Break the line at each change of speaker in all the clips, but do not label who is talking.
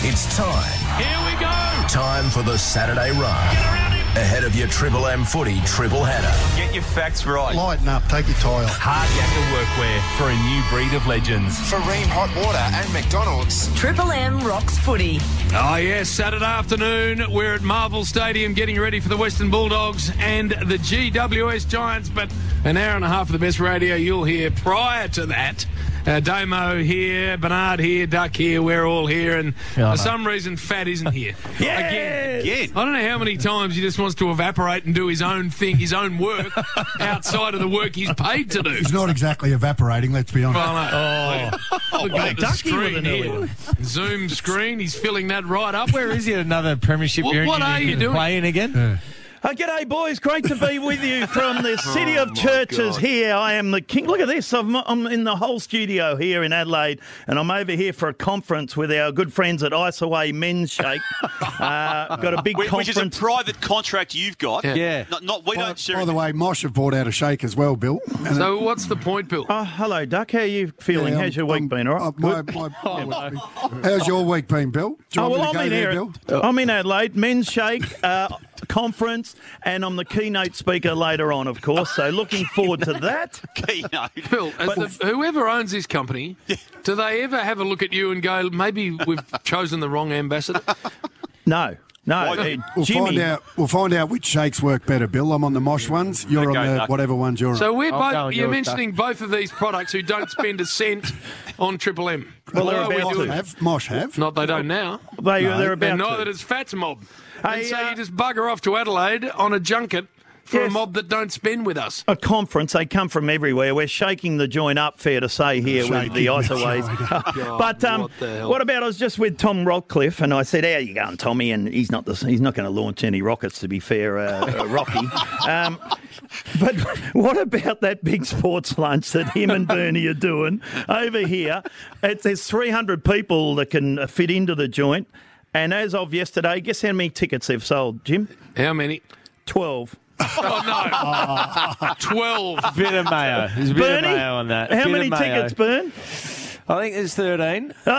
It's time.
Here we go.
Time for the Saturday run. Ahead of your Triple M footy triple header.
Get your facts right.
Lighten up, take your tie off.
Hard yakka workwear for a new breed of legends.
Fareem Hot Water and McDonald's.
Triple M rocks footy.
Oh, yes, Saturday afternoon. We're at Marvel Stadium getting ready for the Western Bulldogs and the GWS Giants. But an hour and a half of the best radio you'll hear prior to that. Uh, Damo here, Bernard here, Duck here, we're all here. And for some reason, Fat isn't here. yeah. Again.
Again.
I don't know how many times he just wants to evaporate and do his own thing, his own work, outside of the work he's paid to do.
It's not exactly evaporating, let's be honest.
Well, no. Oh, look at the screen here. Zoom screen. He's filling that right up. Where is
Is it another premiership
What-
year? and
what
you
are you
can
doing?
Play in again?
Uh, g'day, boys. Great to be with you from the city of churches here. I am the king. Look at this. I'm, I'm in the whole studio here in Adelaide, and I'm over here for a conference with our good friends at Ice Away Men's Shake. Uh, got a big
Whi- Which is a
conference.
private contract you've got.
Yeah.
Not, not we
By,
don't share.
by the
it.
way, Mosh have brought out a shake as well, Bill. And
So what's the point, Bill?
oh, hello, Duck. How are you feeling?
Yeah,
How's
I'm-
your week
I'm-
been? All right.
uh, my- my- my week's been- How's your week been, Bill? Do you
Oh,
want
well,
me to
I'm
go
in
there,
here.
Bill?
I'm in Adelaide, Men's Shake uh, conference, and I'm the keynote speaker later on, of course. So looking forward to that.
Keynote.
Bill, as the, whoever owns this company, do they ever have a look at you and go, maybe we've chosen the wrong ambassador?
No, no,
Why-
uh,
We'll
Jimmy.
find out. We'll find out which shakes work better, Bill. I'm on the Mosh ones. You're
Okay,
on the
Duck.
whatever ones you're
So
on.
we're
I'll go
both.
and
You're
do it,
mentioning both of these products who don't spend a cent on Triple M.
Well, they're
Although we
about
do.
to.
Have Mosh have?
Not they don't now.
They, they're
And
about to.
neither does Fats Mob. And
Hey,
so
uh,
you just bugger off to Adelaide on a junket for a
Yes.
mob that don't spend with us.
a conference. They come from everywhere. We're shaking the joint up, fair to say, here with the Isoways. but um,
what
what,
the hell?
about I was just with Tom Rockcliffe and I said, "How you going, Tommy?" And he's not the, he's not going to launch any rockets, to be fair, uh, uh, Rocky. Um, but what about that big sports lunch that him and Bernie are doing over here? It's, there's 300 people that can uh, fit into the joint. And as of yesterday, guess how many tickets they've sold, Jim?
How many?
12.
Oh no, twelve.
Bit of mayo. There's a bit
Bernie,
of mayo on that.
how
Bit of
many
mayo.
tickets, Bern?
I think there's 13. Uh,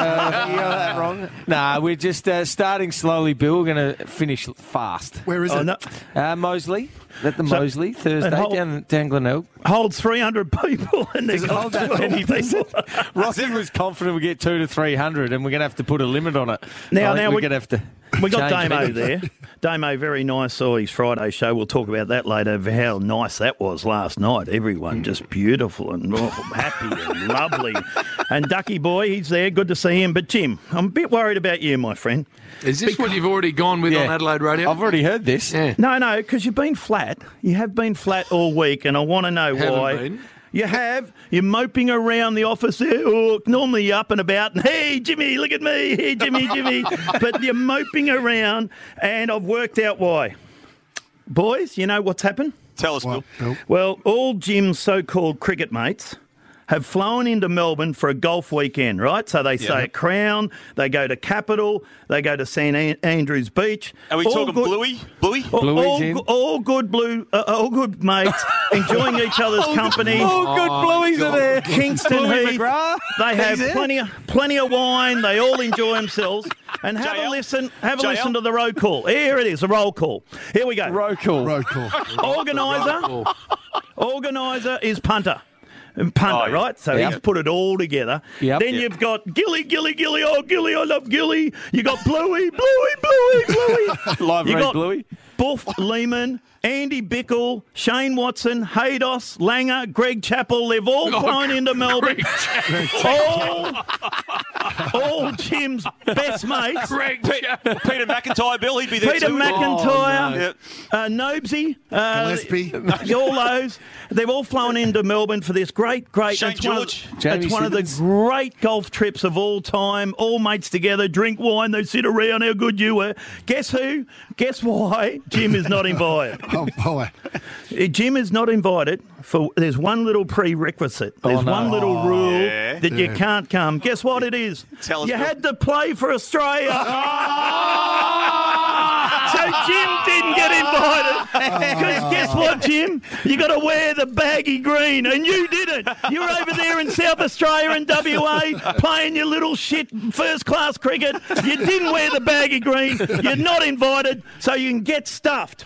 you got that wrong. Nah, we're just uh, starting slowly, Bill. We're going to finish fast.
Where is
Oh,
it?
no.
Uh, Mosley. At the
So-
Mosley, Thursday,
and hold-
down, down Glenelg.
Hold 300 people and they're
Does it hold that many people? Rocky was confident we'd get two to 300, and we're going to have to put a limit on it.
Now-
I think
now
we're
we-
going to have to.
We got
change
Damo
it.
there. Damo, very nice. Saw his Friday show. We'll talk about that later. of How nice that was last night. Everyone just beautiful and oh, happy and lovely. And Ducky Boy, he's there. Good to see him. But Jim, I'm a bit worried about you, my friend.
Is this what you've already gone with
Yeah.
on Adelaide Radio?
I've already heard this.
yeah.
No, no, because you've been flat. You have been flat all week, and I want to know
Haven't
why.
been.
You have. You're moping around the office. there. Oh, normally you're up and about. And, hey, Jimmy, look at me. Hey, Jimmy, Jimmy. but you're moping around, and I've worked out why. Boys, you know what's happened?
Tell us, Bill.
Well, Bill.
Well, all Jim's so called cricket mates have flown into Melbourne for a golf weekend, right? So they stay at Crown, they go to Capital, they go to St An- Andrews Beach.
Are we
All
talking
good-
Bluey? Bluey?
all,
Bluey's
all,
in.
go- all good blue, uh, all good mates, enjoying each other's company.
Oh, good Bluey's are there.
Kingston
Bluey
Heath.
McGrath.
They have
He's in.
plenty, of, plenty of wine. They all enjoy themselves. And have a
JL?
listen. Have a
JL?
listen to the roll call. Here it is, the roll call. Here we go.
Roll call.
Road call.
Organizer. Organizer is punter. And Punter,
Oh, yeah.
right? So
Yep.
he's put it all together.
Yep.
Then
Yep.
you've got Gilly, Gilly, Gilly. Oh, Gilly, I love Gilly. You got Bluey, Bluey, Bluey, Bluey.
Live
you
read
got
Bluey.
Buff Lehman, Andy Bickle, Shane Watson, Haydos, Langer, Greg Chappell. They've all
Oh,
flown into Melbourne. all, all Jim's best mates.
Greg,
Peter McIntyre, Bill, he'd be there
Peter
too. Oh,
McIntyre,
Yep.
uh, Nobsy, uh,
Gillespie.
all those. They've all flown into Melbourne for this great, great.
Shane
it's one of-
George.
Jamie
it's one of the
Simmons.
great golf trips of all time. All mates together, drink wine, they sit around how good you were. Guess who? Guess why? Jim is not invited.
Oh boy.
Uh, Jim is not invited for there's one little prerequisite. There's
no.
one little rule
Oh, Yeah.
that you can't come. Guess what it is?
Tell us,
you
Bill.
had to play for Australia. so Jim didn't get invited. Because guess what, Jim? You got to wear the baggy green, and you didn't. You're over there in South Australia and WA playing your little shit first class cricket. You didn't wear the baggy green. You're not invited, so you can get stuffed.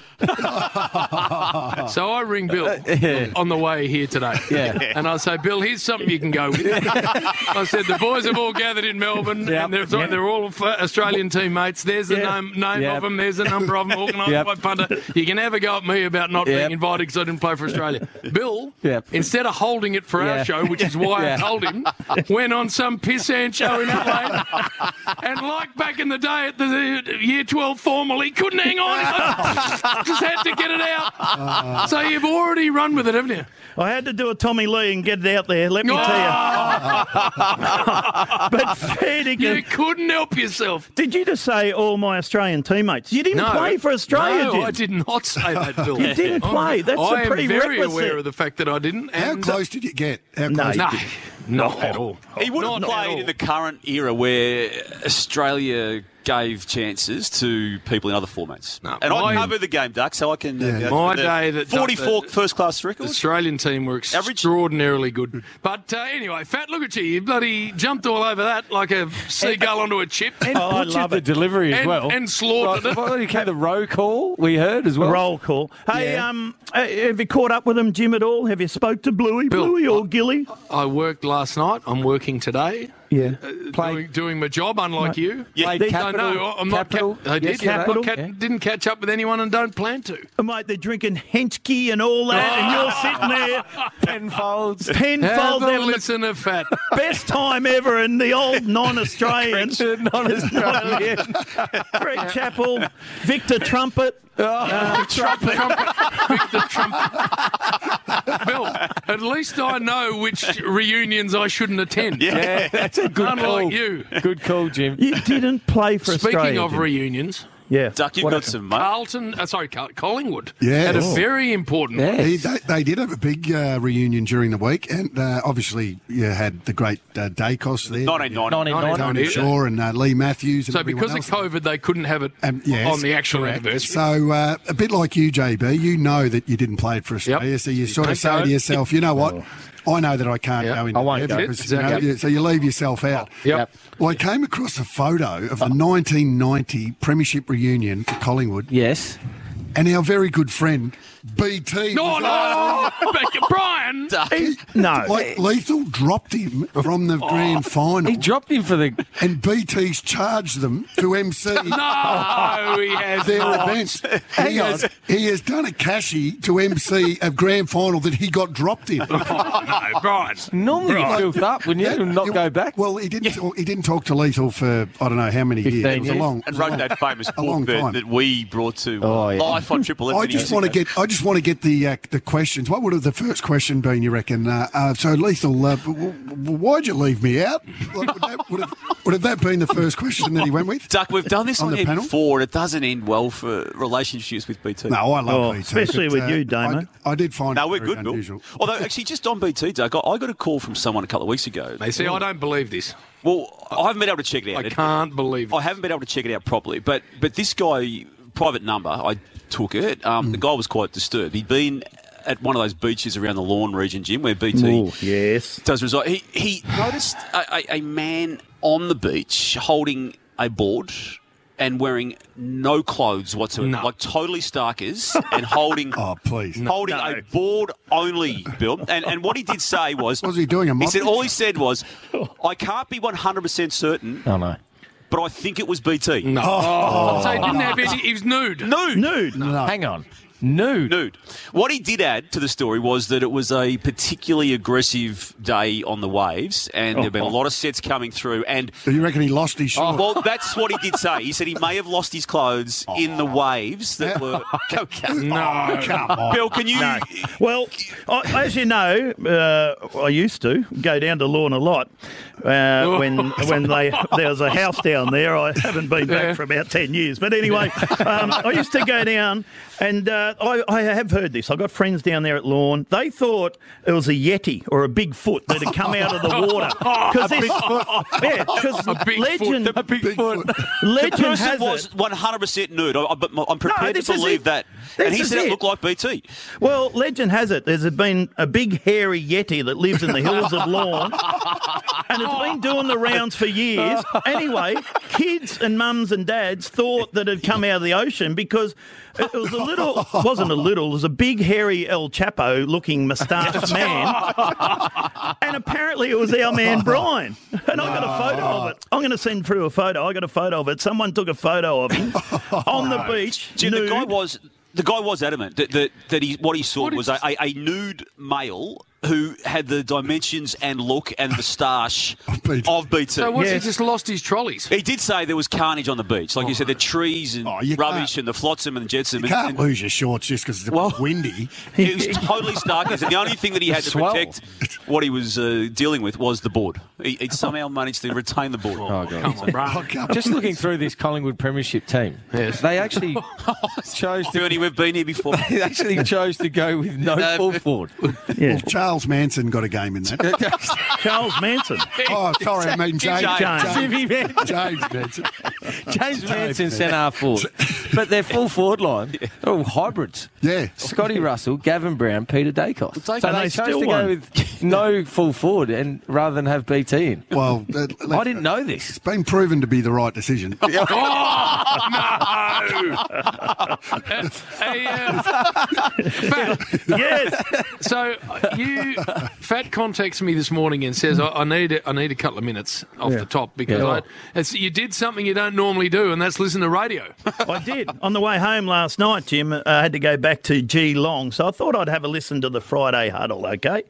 So I ring Bill on the way here today.
Yeah.
And I say, Bill, here's something you can go with. I said, the boys have all gathered in Melbourne
Yep.
and they're, they're all f- Australian teammates. There's the
Yeah.
name, name
Yep.
of them. There's the number of them organised
Yep.
by punter. You can never go at me about not
Yep.
being invited because I didn't play for Australia. Bill,
Yep.
instead of holding it for
Yeah.
our show, which is why
Yeah.
I told him, went on some pissant show in Adelaide. and like back in the day at the, the year 12 formal, he couldn't hang on. Just had to get it out. So you've already run with it, haven't you?
I had to do a Tommy Lee and get it out there. Let me tell
Oh,
you. But fair to
you
give-
couldn't help yourself.
Did you just say all my Australian teammates? You didn't play for Australia,
No,
Jim.
I did not say that, Bill.
You didn't
I'm-
play. That's a
I am very
prerequisite.
aware of the fact that I didn't.
How
and-
close did you get? How close?
No,
did
No,
you-
not at all.
Oh, He would have
Not at all.
played in the current era where Australia gave chances to people in other formats.
No,
and
my-
I cover the game, Duck, so I can. uh,
Yeah.
My
the
day that-
44
the-
first class
The
record.
Australian team were extraordinarily good. But uh, anyway, Fat, look at you. You bloody jumped all over that like a seagull onto a chip.
And
Oh, I
butchered
love
the
it.
delivery as
And-
well.
and slaughtered
Like,
it.
well, you came the row call we heard as well.
Roll call. Hey,
Yeah.
um, uh, have you caught up with him, Jim, at all? Have you spoke to Bluey,
Bill,
Bluey or
I-
Gilly?
I worked last night. I'm working today. Uh,
Yeah.
doing, doing my job, unlike you.
Yeah.
Played
I
Capital-
know. I'm not.
Capital
Ca- I did.
yesterday.
I ca- Didn't catch up with anyone and don't plan to.
Mate, they're drinking Henschke and all that, and you're sitting there
Penfolds.
tenfold
Have a
having the
listen to Fat.
best time ever, and the old non-Australian,
Non-Australian.
Greg Chappell, Victor Trumpet.
Oh, Trumpet. Victor Trumpet. Bill, at least I know which reunions I shouldn't attend.
yeah, that's a good
Unlike
call.
you.
Good call, Jim.
You didn't play for
Speaking
Australia.
of
did you?
reunions,
yeah,
Duck, you've
What
got
happened?
some, mate.
Carlton, uh, sorry, Carl- Collingwood
Yeah.
had a
Oh.
very important
He,
Yes.
they, they did have a big uh, reunion during the week, and uh, obviously you had the great uh, Dacos there,
1990.
99.
Tony Shaw and uh, Lee Matthews. And
So
everyone
because of
else.
COVID, they couldn't have it
Um, yes,
on the actual
correct.
anniversary.
So uh, a bit like you, JB, you know that you didn't play it for Australia,
Yep.
so you sort
don't
of say
go.
to yourself, you know what? I know that I can't
Yep.
go in.
I won't
there
go.
because, you know,
Exactly.
you- so you leave yourself out.
Yep.
Well, I came across a photo of the 1990 Premiership reunion for Collingwood,
Yes.
and our very good friend BT.
No,
was
no, But Brian.
No,
Like Lethal dropped him from the grand final,
Oh. He dropped him for the.
and BT's charged them to MC
No, he has
their
not.
event. He has, he has done a cashy to MC a grand final that he got dropped in.
No, Brian.
Normally you filth up, wouldn't you? and not
Yeah,
go back.
Well, he didn't. Talk, he didn't talk to Lethal for I don't know how many years.
15
It was a
years.
long.
And
it was a
wrote
long-
that famous
a long
book that,
time.
that we brought to
Oh, yeah.
life on Triple F.
I
many
just
years
want to
ago.
get. I just want to get the uh, the questions. What would have the first question been? You reckon? Uh, uh, so lethal. Uh, w- w- why'd you leave me out? Like, would, that, would, have, would have that been the first question that he went with?
Duck, we've done this
On
on,
the
air
panel?
before, and it doesn't end well for relationships with BT.
No, I love
Oh,
BT,
especially
but, uh,
with you, Damon.
I, I did find.
No,
it
we're
very
good, Bill.
unusual.
Although, actually, just on BT, Doug, I, I got a call from someone a couple of weeks ago.
They see, I don't believe this.
Well, I haven't been able to check it out.
I can't believe it.
I haven't been able to check it out properly, but but this guy, private number, I took it. Um,
Mm.
The guy was quite disturbed. He'd been at one of those beaches around the Lawn region, Jim, where BT
Ooh, yes.
does reside. He, he noticed a, a, a man on the beach holding a board and wearing no clothes whatsoever,
No.
like totally starkers, and holding
Oh, please.
holding a board only, Bill. And and what he did say was,
Was he doing a
He said
motley?
all he said was, I can't be one hundred percent certain,
Oh, no.
but I think it was Oh. BT.
No.
Oh.
Oh.
so he didn't have any. He was nude.
Nude.
nude.
Hang on. Nude.
Nude. What he did add to the story was that it was a particularly aggressive day on the waves, and there have been a lot of sets coming through. And
So you reckon he lost his shot?
well, that's what he did say. He said he may have lost his clothes in the waves that were.
No.
Bill, can you?
Well, I, as you know, uh, I used to go down to Lorne a lot. Uh, when when they there was a house down there, I haven't been back for about ten years. But anyway, um, I used to go down, and uh, uh, I, I have heard this. I got friends down there at Lawn. They thought it was a yeti or a bigfoot that had come out of the water.
A
this-
Bigfoot.
yeah, 'cause
A Bigfoot.
legend,
The Bigfoot.
legend
The person
has
was
it.
100% nude. I, I, but I'm prepared
this
to
is
believe
it.
that. and
This
he
is
said it.
it.
looked like BT.
Well, legend has it there's been a big hairy yeti that lives in the hills of Lawn, and it's been doing the rounds for years. Anyway, kids and mums and dads thought that it had come out of the ocean because it was a little, wasn't a little, it was a big hairy El Chapo looking
Oh.
moustached man, and apparently it was our man Brian. And I got a photo of it. I'm going to send through a photo. I got a photo of it. Someone took a photo of him on the beach.
Jim, the guy
nude.
was the guy was adamant that that, that he what he saw
What
was
is-
a, a, a nude male who had the dimensions and look and moustache
BT.
of BT.
So what's
Yes.
he just lost his trolleys?
he did say there was carnage on the beach, like you said, the trees and
Oh, you
rubbish
can't-
and the flotsam and the jetsam.
You
and-
can't
and
lose your shorts just because it's a
Well-
bit windy.
it was totally starkness, and the only thing that he had to
Swell.
protect what he was uh, dealing with was the board. He, he somehow managed to retain the board.
Come on,
Oh,
bro.
Just looking through this Collingwood Premiership team,
Yes.
they actually chose to
Bernie, we've been here before.
they actually chose to go with no,
No.
full forward.
Yeah.
Well, Charles Manson got a game in that.
Charles Manson.
oh, sorry, I mean James.
James.
James,
Jimmy Man-
James Manson.
James Manson sent
Oh,
half forward, but their full forward line they're all hybrids.
Yeah.
Scotty Russell, Gavin Brown, Peter Dacos. So they,
And they
chose
still
to
won.
go with no full forward and rather than have BT in.
Well, that-
I didn't know this.
It's been proven to be the right decision. Yeah.
"Oh,
Hey, uh, Fat,
Yes.
so you, Fat contacts me this morning and says I, I need a, I need a couple of minutes off the top because
Yeah.
I, it's, you did something you don't normally do, and that's listen to radio.
I did. On the way home last night, Jim, uh, I had to go back to Geelong, so I thought I'd have a listen to the Friday huddle, okay?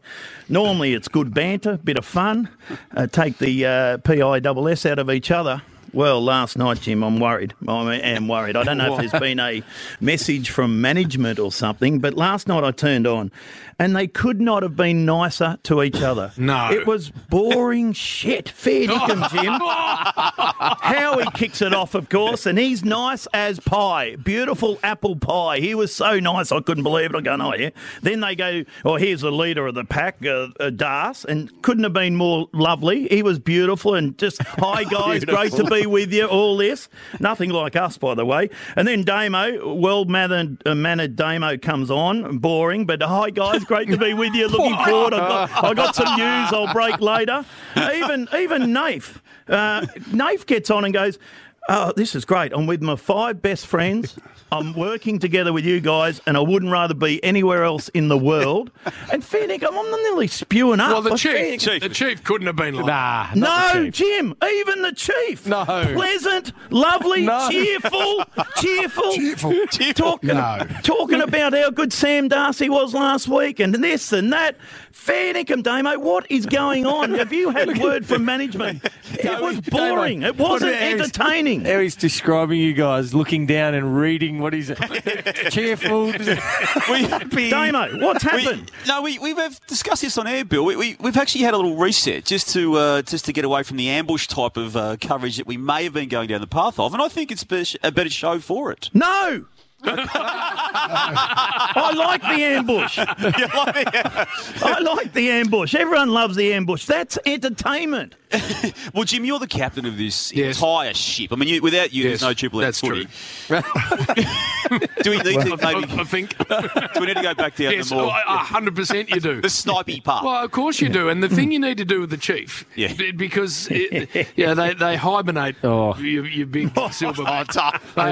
Normally it's good banter, bit of fun, uh, take the uh, PISS out of each other. Well, last night, Jim, I'm worried. I am worried. I don't know if there's been a message from management or something, but last night I turned on and they could not have been nicer to each other.
No.
It was boring shit. Fair
Oh,
dinkum, Jim. Howie kicks it off, of course, and he's nice as pie. Beautiful apple pie. He was so nice, I couldn't believe it. I'm going, oh, yeah. Then they go, oh, here's the leader of the pack, uh, uh, Das, and couldn't have been more lovely. He was beautiful and just, hi, guys, great to be with you, all this. Nothing like us, by the way. And then Damo, well-mannered uh, mannered Damo comes on, boring, but hi, guys, great to be with you. Looking forward. I've got, i got some news I'll break later. Even, even Nafe. Uh, Nafe gets on and goes, Oh, this is great. I'm with my five best friends. I'm working together with you guys, and I wouldn't rather be anywhere else in the world. And fair dinkum, I'm nearly spewing up.
Well, the
But fair
chief,
dinkum-
Chief.
the chief couldn't have been like.
Nah, not
no,
the chief.
Jim, even the chief.
No.
Pleasant, lovely,
No.
cheerful, cheerful.
Cheerful.
Talking,
No.
talking about how good Sam Darcy was last week and this and that. Fair dinkum, Damo, what is going on? Have you had word from management? It was
Damo,
boring. It
what
wasn't
about Harry's-
entertaining.
How he's describing you guys looking down and reading what he's cheerful.
We-
Damo, what's
We,
happened?
no, we, we've have discussed this on air, Bill. We, we, we've actually had a little reset just to uh, just to get away from the ambush type of uh, coverage that we may have been going down the path of, and I think it's be- a better show for it.
No. I like the ambush. I like the ambush. Everyone loves the ambush. That's entertainment.
Well, Jim, you're the captain of this
Yes.
entire ship. I mean, you, without you,
Yes,
there's no Triple
that's
X footy. Do we need to
I,
maybe?
I think.
Do we need to go back down
yes,
the more
a hundred percent you do.
the snipey part?
Well, of course you do, and the
Mm.
thing you need to do with the chief,
Yeah.
b- because it, yeah, they they hibernate.
Oh.
You, you big silver mate. They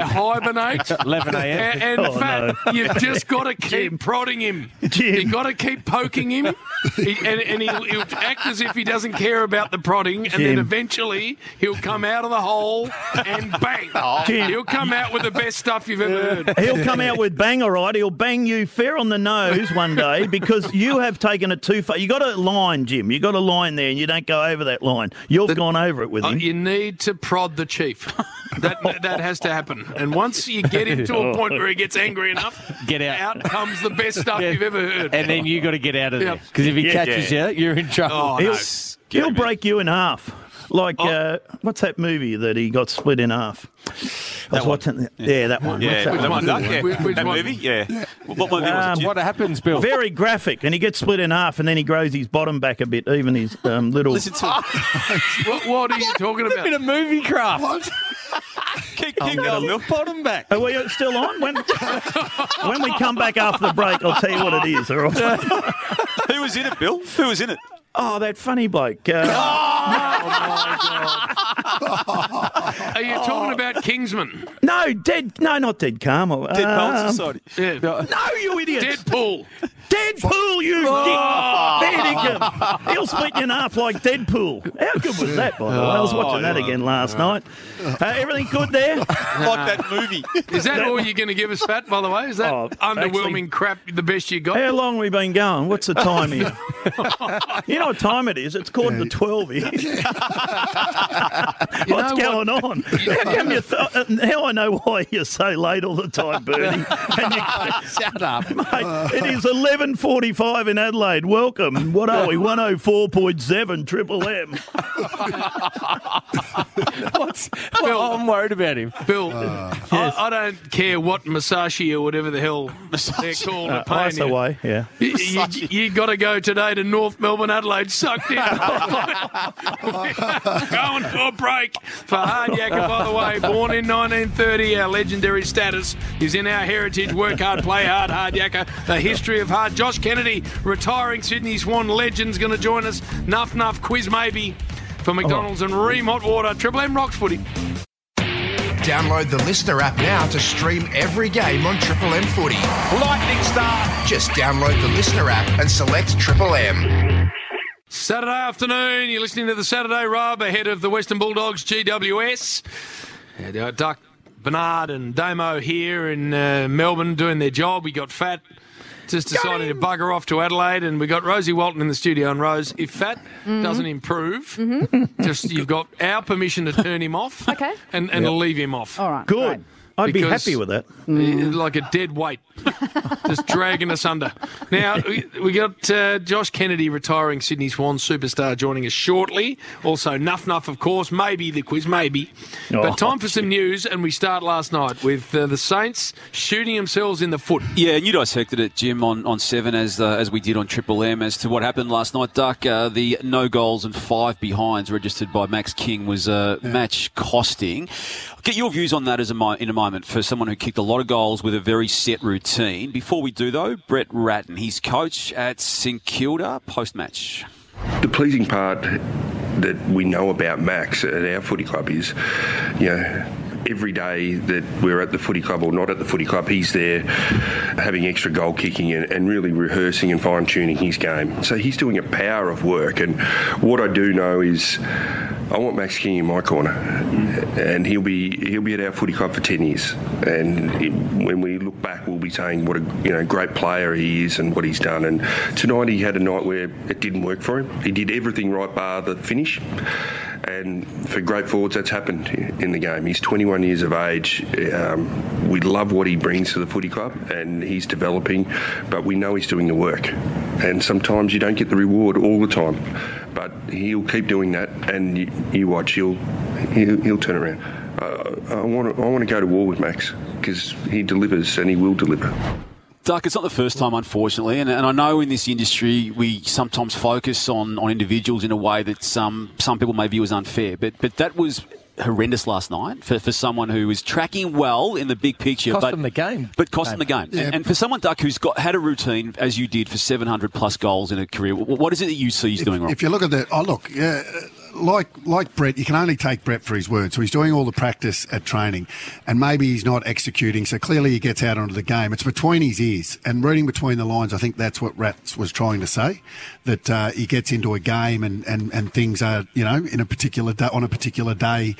hibernate.
11
A-
a.m.
Oh,
And, fat, you've just got to keep prodding him.
Jim.
you got to keep poking him, he, and, and he'll, he'll act as if he doesn't care about the prodding, and then
Jim.
eventually he'll come out of the hole and bang.
Oh. Jim.
He'll come out with the best stuff you've ever heard.
He'll come out with bang, all right. He'll bang you fair on the nose one day because you have taken it too far. You got a line, Jim. You got a line there, and you don't go over that line. You've gone over it with
Uh,
him.
you need to prod the chief. That that has to happen. And once you get him to a point where he gets angry enough,
Get out.
Out comes the best stuff you've ever heard.
and then you got to get out of there
Yep.
because if he
Yeah,
catches
yeah.
you, you're in trouble.
oh, no.
He'll,
Oh.
he'll break you in half. Like, uh, what's that movie that he got split in half? I was
one.
watching that- Yeah. that one.
Yeah,
What's that
that
one?
one, Doug, yeah.
Which- which
that
one?
movie, yeah. What movie was
Um,
it? Jim?
What happens, Bill?
Very graphic, and he gets split in half, and then he grows his bottom back a bit, even his um, little.
Listen to
What, what are you talking about?
bit of movie craft.
What?
keep, keep going, Bill.
Bottom back.
Are we Oh, still on? When, when we come back after the break, I'll tell you what it is. All right?
Who was in it, Bill? Who was in it?
Oh, that funny bloke. Uh,
Oh, Are you talking about Kingsman?
no, dead. No, not dead Carmel.
Dead Poets
Um,
Society.
Yeah.
No, you idiot.
Deadpool.
Deadpool, you
Oh.
dick. There you go. He'll split you in half like Deadpool. How good was that, by the way? I was watching that again last night. Uh, everything good there?
Oh, Like that movie.
Is that all you're going to give us, Fat, by the way? Is that
Oh,
underwhelming
actually-
crap the best you got?
How long we been going? What's the time here? you know what time it is? It's quarter to 12 here.
You
What's
know
going on? How, come you th- uh, now I know why you're so late all the time, Bernie. And you-
Shut up.
Mate, it is 11.45 in Adelaide. Welcome. What are we? 104.7 Triple M.
What's, well, I'm worried about him.
Bill,
Uh.
I, I don't care what Masashi or whatever the hell they're called. are paying
Pass
you.
away, yeah.
You, got to go today to North Melbourne, Adelaide, sucked in. Going for a break for Hard Yakka, by the way. Born in 1930, our legendary status is in our heritage. Work hard, play hard, Hard Yakka. The history of hard. Josh Kennedy, retiring Sydney Swan legend's going to join us. Nuff Nuff quiz, maybe. For McDonald's and Ream Hot Water, Triple M Rocks Footy.
Download the Listener app now to stream every game on Triple M Footy.
Lightning Star.
Just download the Listener app and select Triple M.
Saturday afternoon, you're listening to the Saturday Rub ahead of the Western Bulldogs GWS. And, uh, Duck Bernard and Damo here in uh, Melbourne doing their job. We got Fat just deciding to bugger off to Adelaide, and we got Rosie Walton in the studio. And Rose, if Fat
Mm-hmm.
doesn't improve, just you've got our permission to turn him off,
Okay.
and and leave him off.
All right.
Good.
great.
I'd be
Because-
happy with that.
Uh, like a dead weight, just dragging us under. Now we, we got uh, Josh Kennedy, retiring Sydney Swan superstar, joining us shortly. Also, Nuff Nuff, of course, maybe the quiz, maybe.
Oh,
but time for some news, and we start last night with uh, the Saints shooting themselves in the foot.
Yeah, and you dissected it, Jim, on, on seven as uh, as we did on Triple M as to what happened last night. Duck, uh, the no goals and five behinds registered by Max King was uh, match costing. Get your views on that as a mi- in a moment for someone who kicked a lot of goals with a very set routine. Before we do though, Brett Ratton, he's coach at St Kilda post match.
The pleasing part that we know about Max at our footy club is, you know, every day that we're at the footy club or not at the footy club, he's there having extra goal kicking and, and really rehearsing and fine tuning his game. So he's doing a power of work. And what I do know is, I want Max King in my corner, and he'll be he'll be at our footy club for ten years. And it- when we look back, we'll be saying what a you know great player he is and what he's done. And tonight he had a night where it didn't work for him. He did everything right bar the finish. And for great forwards, that's happened in the game. He's 21 years of age. Um, we love what he brings to the footy club, and he's developing. But we know he's doing the work, and sometimes you don't get the reward all the time. But he'll keep doing that, and you, you watch, he'll, he'll he'll turn around. Uh, I want to I want to go to war with Max because he delivers and he will deliver.
Duck, it's not the first time, unfortunately, and, and I know in this industry we sometimes focus on, on individuals in a way that some some people may view as unfair. But but that was horrendous last night for, for someone who is tracking well in the big picture.
Cost
but,
them the game.
But cost them the game. And, and for someone, Duck, who's got had a routine as you did for seven hundred plus goals in a career, wh- what is it that you see he's doing wrong?
If you look at that, oh look, yeah, like like Brett, you can only take Brett for his word. So he's doing all the practice at training, and maybe he's not executing. So clearly he gets out onto the game. It's between his ears and reading between the lines. I think that's what Rats was trying to say, that uh, he gets into a game and, and, and things are you know in a particular day, on a particular day,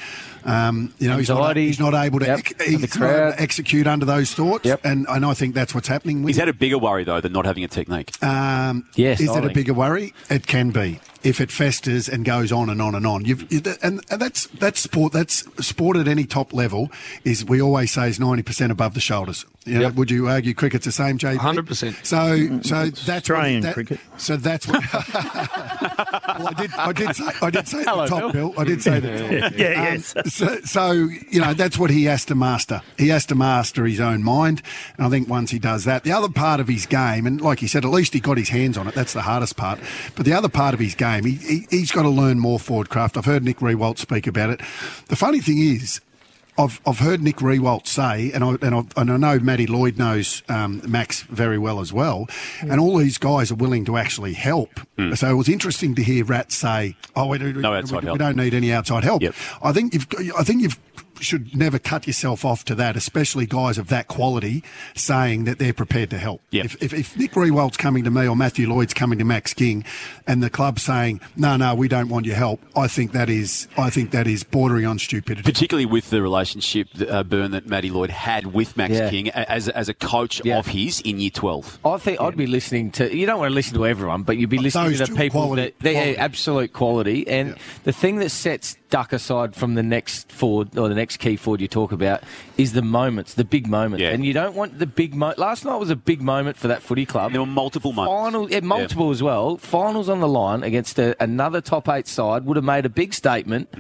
um, you know he's not,
Anxiety.
he's not able to
Yep.
ec-
For the
he's not able
crowd.
to execute under those thoughts.
Yep.
And and I think that's what's happening. With
he's
him.
had a bigger worry though than not having a technique.
Um,
Yes,
is
I
it a
think.
bigger worry? It can be. if it festers and goes on and on and on. You've, you- and, and that's that's sport. That's sport at any top level is we always say is ninety percent above the shoulders. You know, Would you argue cricket's the same, JP?
Hundred percent.
So so that's what-
Mm-hmm. Australian
that-
cricket.
So that's what. Well, I did. I did say. I did say
Hello,
the top,
Bill.
Bill. I did say the top.
Yeah, yeah, yes.
So, so you know that's what he has to master. He has to master his own mind, and I think once he does that, the other part of his game, and like you said, at least he got his hands on it. That's the hardest part. But the other part of his game, he, he he's got to learn more forward craft. I've heard Nick Rewalt speak about it. The funny thing is, I've, I've heard Nick Rewalt say, and I, and, I, and I know Matty Lloyd knows um, Max very well as well, and all these guys are willing to actually help. So it was interesting to hear Rat say, "Oh, we, do,
No outside
we, we
help."
don't need any outside help." I think you've I think you've should never cut yourself off to that, especially guys of that quality saying that they're prepared to help. If, if, if Nick Rewalt's coming to me or Matthew Lloyd's coming to Max King, and the club saying, "No, no, we don't want your help," I think that is I think that is bordering on stupidity.
Particularly with the relationship, uh, Burn, that Matty Lloyd had with Max
Yeah.
King a- as, as a coach of his in year 12.
I think I'd be listening to. You don't want to listen to everyone, but you'd be listening
those
to
two,
the people
quality,
that they
quality.
absolute quality. And the thing that sets Duck aside from the next forward or the next key forward you talk about is the moments, the big moments. And you don't want the big moment. Last night was a big moment for that footy club.
There were multiple moments.
Final, yeah, multiple as well. Finals on the line against a, another top eight side would have made a big statement,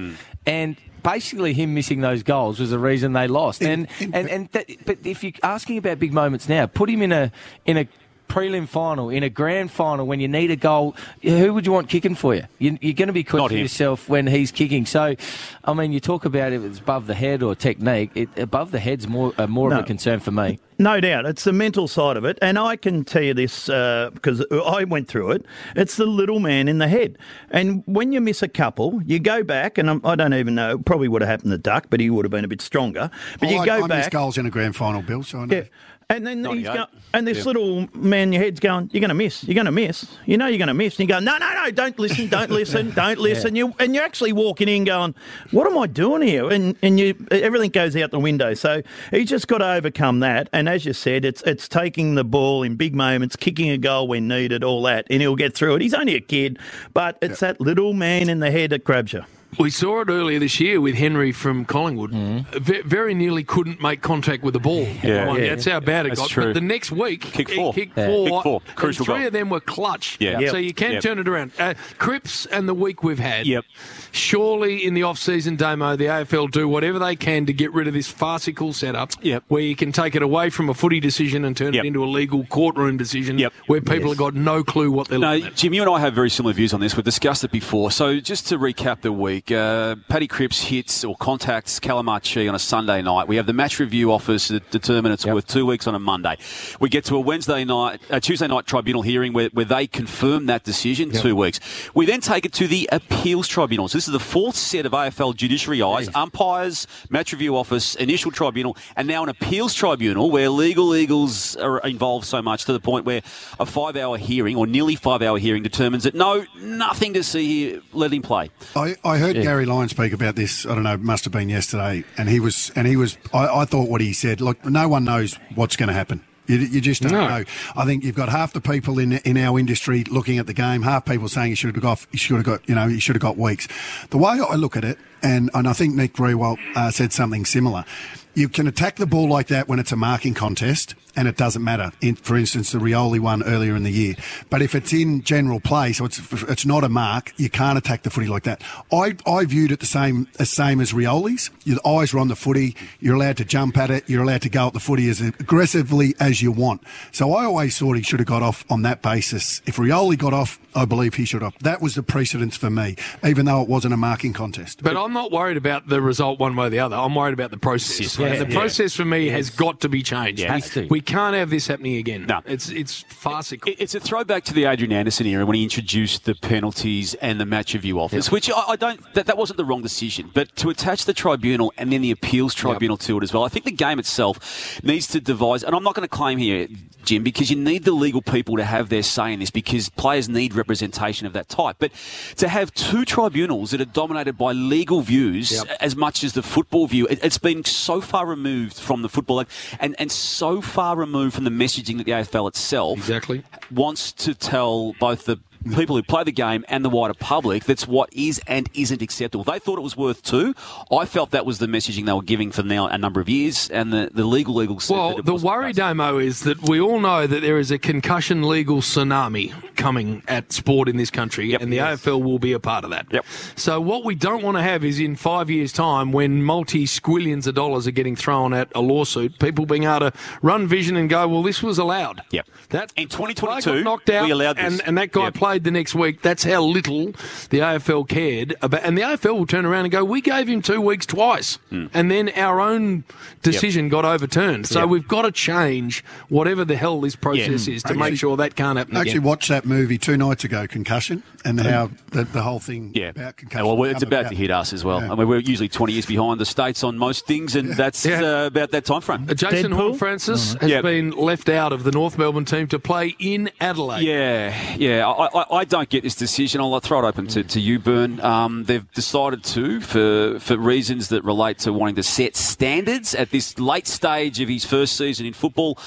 and. Basically, him missing those goals was the reason they lost. And and and that, but if you're asking about big moments now, put him in a in a prelim final, in a grand final, when you need a goal, who would you want kicking for you? you you're going to be questioning yourself when he's kicking. So, I mean, you talk about if it's above the head or technique. It, above the head's more uh, more
No.
of a concern for me.
No doubt. It's the mental side of it. And I can tell you this uh, because I went through it. It's the little man in the head. And when you miss a couple, you go back, and I'm, I don't even know, it probably would have happened to Duck, but he would have been a bit stronger.
Oh,
But
I
you
like-
go
I missed
back.
goals in a grand final, Bill. So I know.
Yeah. And then he's
98.
going, and this
Yeah.
little man in your head's going, You're gonna miss, you're gonna miss. You know you're gonna miss. And you go, No, no, no, don't listen, don't listen, don't
Yeah.
listen. You and you're actually walking in going, What am I doing here? And and you everything goes out the window. So he's just gotta overcome that. And as you said, it's it's taking the ball in big moments, kicking a goal when needed, all that, and he'll get through it. He's only a kid, but it's that little man in the head that grabs you.
We saw it earlier this year with Henry from Collingwood. Ve- very nearly couldn't make contact with the ball.
Mm-hmm. Yeah.
One.
Yeah.
that's how bad it
That's
got.
true.
But the next week,
Kick
he
four.
kicked
Yeah.
four.
Kick four.
and
Crucial
three
goal.
of them were clutch.
Yeah. Yep.
So you can
Yep.
turn it around. Uh, Cripps and the week we've had. Yep. Surely in the off-season demo, the AFL do whatever they can to get rid of this farcical setup. Yep. Where you can take it away from a footy decision and turn it into a legal courtroom decision. Yep. Where people have got no clue what they're
No,
looking at.
Jim, you and I have very similar views on this. We've discussed it before. So just to recap the week, uh, Paddy Cripps hits or contacts Calamachi on a Sunday night. We have the match review office that determine it's worth two weeks on a Monday. We get to a Wednesday night, a Tuesday night tribunal hearing where, where they confirm that decision two weeks. We then take it to the appeals tribunal. So this is the fourth set of AFL judiciary eyes, umpires, match review office, initial tribunal, and now an appeals tribunal where legal eagles are involved so much to the point where a five hour hearing or nearly five hour hearing determines that no, nothing to see here, let him play.
I, I heard
Yeah.
Gary Lyon speak about this. I don't know, it must have been yesterday, and he was, and he was. I, I thought what he said. Look, no one knows what's going to happen. You, you just don't
No.
know. I think you've got half the people in in our industry looking at the game. Half people saying you should have got, you should have got, you know, you should have got weeks. The way I look at it, and and I think Nick Rewalt uh, said something similar. You can attack the ball like that when it's a marking contest, and it doesn't matter. In, for instance, the Rioli one earlier in the year. But if it's in general play, so it's it's not a mark, you can't attack the footy like that. I, I viewed it the same as same as Rioli's. Your eyes were on the footy. You're allowed to jump at it. You're allowed to go at the footy as aggressively as you want. So I always thought he should have got off on that basis. If Rioli got off, I believe he should have. That was the precedence for me, even though it wasn't a marking contest.
But I'm not worried about the result one way or the other. I'm worried about the process.
Yeah,
And the
yeah.
process for me has got to be changed.
Has to.
We can't have this happening again. No. It's it's farcical.
It's a throwback to the Adrian Anderson era when he introduced the penalties and the match review office, which I, I don't. That, that wasn't the wrong decision, but to attach the tribunal and then the appeals tribunal to it as well, I think the game itself needs to devise. And I'm not going to claim here, Jim, because you need the legal people to have their say in this, because players need representation of that type. But to have two tribunals that are dominated by legal views
Yep.
as much as the football view, it, it's been so far removed from the football, like, and and so far removed from the messaging that the AFL itself
Exactly.
wants to tell both the people who play the game and the wider public that's what is and isn't acceptable. They thought it was worth two. I felt that was the messaging they were giving for now a number of years, and the, the legal legal said that
Well,
it
the worry, Damo, is that we all know that there is a concussion legal tsunami coming at sport in this country, and the AFL will be a part of that. Yep. So, what we don't want to have is in five years' time, when multi squillions of dollars are getting thrown at a lawsuit, people being able to run vision and go, well, this was allowed. Yep. That, in 2022, knocked out,
we allowed this.
And, and that guy played the next week. That's how little the AFL cared about. And the AFL will turn around and go, we gave him two weeks twice.
Hmm.
And then our own decision got overturned. So
Yep.
we've got to change whatever the hell this process is to
Actually-
make sure that can't happen
I actually
again.
watched that movie two nights ago, Concussion, and how the, the whole thing
Yeah.
about concussion.
And well, it's
come
about to hit us as well. I mean, we're usually 20 years behind the states on most things, and that's uh, about that time frame.
Uh, Jason Horn
Oh,
Francis has been left out of the North Melbourne team to play in Adelaide.
Yeah, yeah. I, I, I don't get this decision. I'll throw it open to, to you, Byrne. Um, they've decided to, for, for reasons that relate to wanting to set standards at this late stage of his first season in football,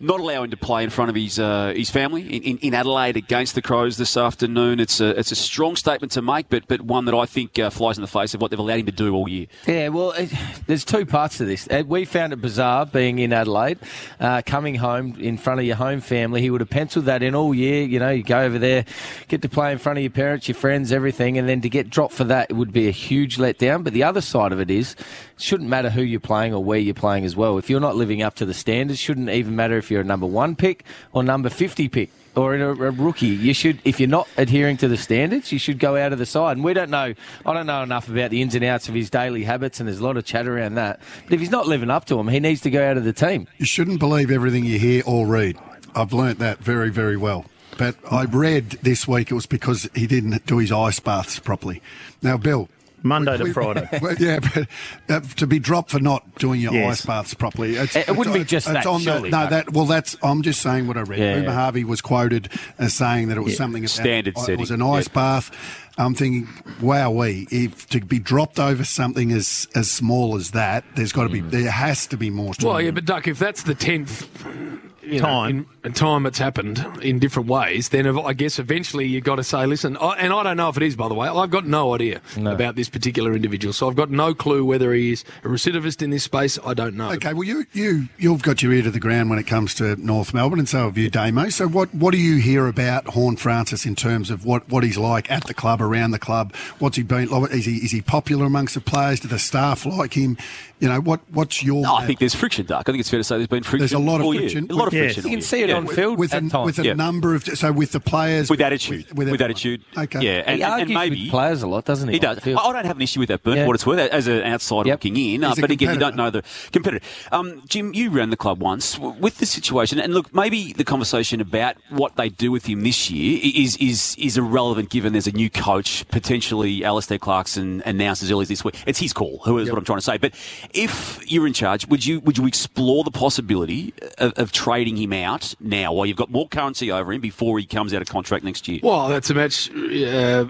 not allow him to play in front of his uh, his family in, in, in Adelaide against the Crows this afternoon. It's a it's a strong statement to make, but but one that I think uh, flies in the face of what they've allowed him to do all year.
Yeah, well, it, there's two parts to this. Uh, We found it bizarre being in Adelaide, uh, coming home in front of your home family. He would have penciled that in all year. You know, you go over there, get to play in front of your parents, your friends, everything, and then to get dropped for that it would be a huge letdown. But the other side of it is, it shouldn't matter who you're playing or where you're playing as well. If you're not living up to the standards, shouldn't even matter if you're a number one pick or number 50 pick or in a, a rookie, you should if you're not adhering to the standards, you should go out of the side. And we don't know, I don't know enough about the ins and outs of his daily habits, and there's a lot of chat around that. But if he's not living up to them, he needs to go out of the team.
You shouldn't believe everything you hear or read. I've learnt that very, very well. But I read this week it was because he didn't do his ice baths properly. Now, Bill.
Monday
we-
to Friday.
Well, yeah, but uh, to be dropped for not doing your
Yes.
ice baths properly.
It- it wouldn't be just that,
on the-
surely,
no,
no.
that well, that's. I'm just saying what I read.
Yeah.
Uma Harvey was quoted as saying that it was
Yeah.
something about,
Standard
It was an
setting.
ice
Yeah.
bath. I'm thinking, wowee, if to be dropped over something as as small as that, there's got to
Mm.
be, there has to be more. to
Well,
it.
yeah, but Duck, if that's the tenth you know,
Time.
in, in time it's happened in different ways, then I guess eventually you've got to say, listen, I, and I don't know if it is, by the way, I've got no idea about this particular individual, so I've got no clue whether he is a recidivist in this space. I don't know.
Okay, well, you you you've got your ear to the ground when it comes to North Melbourne, and so have you, Damo. So, what what do you hear about Horn Francis in terms of what, what he's like at the club, around the club? What's he been? Like? Is he is he popular amongst the players? Do the staff like him? You know, what what's your?
No, I think there's friction, Duck. I think it's fair to say there's been friction.
there's a lot of
all year.
friction.
A lot
with-
of friction. all year. Yeah.
with a, with a
Yeah.
number of so with the players
with attitude. With,
everyone.
attitude.
Okay.
Yeah, and,
He
and- and
argues
maybe
with players a lot, doesn't he?
He does. I I don't have an issue with that, Bert. for What it's worth, as an outsider looking in, uh,
He's a
but again, you don't know the competitor. Um, Jim, you ran the club once W- with this situation, and look, maybe the conversation about what they do with him this year i- is is is irrelevant, given there's a new coach potentially. Alistair Clarkson announced as early as this week. It's his call. Who is what I'm trying to say? But if you're in charge, would you would you explore the possibility of, of trading him out now, while you've got more currency over him before he comes out of contract next year?
Well, that's a match, uh,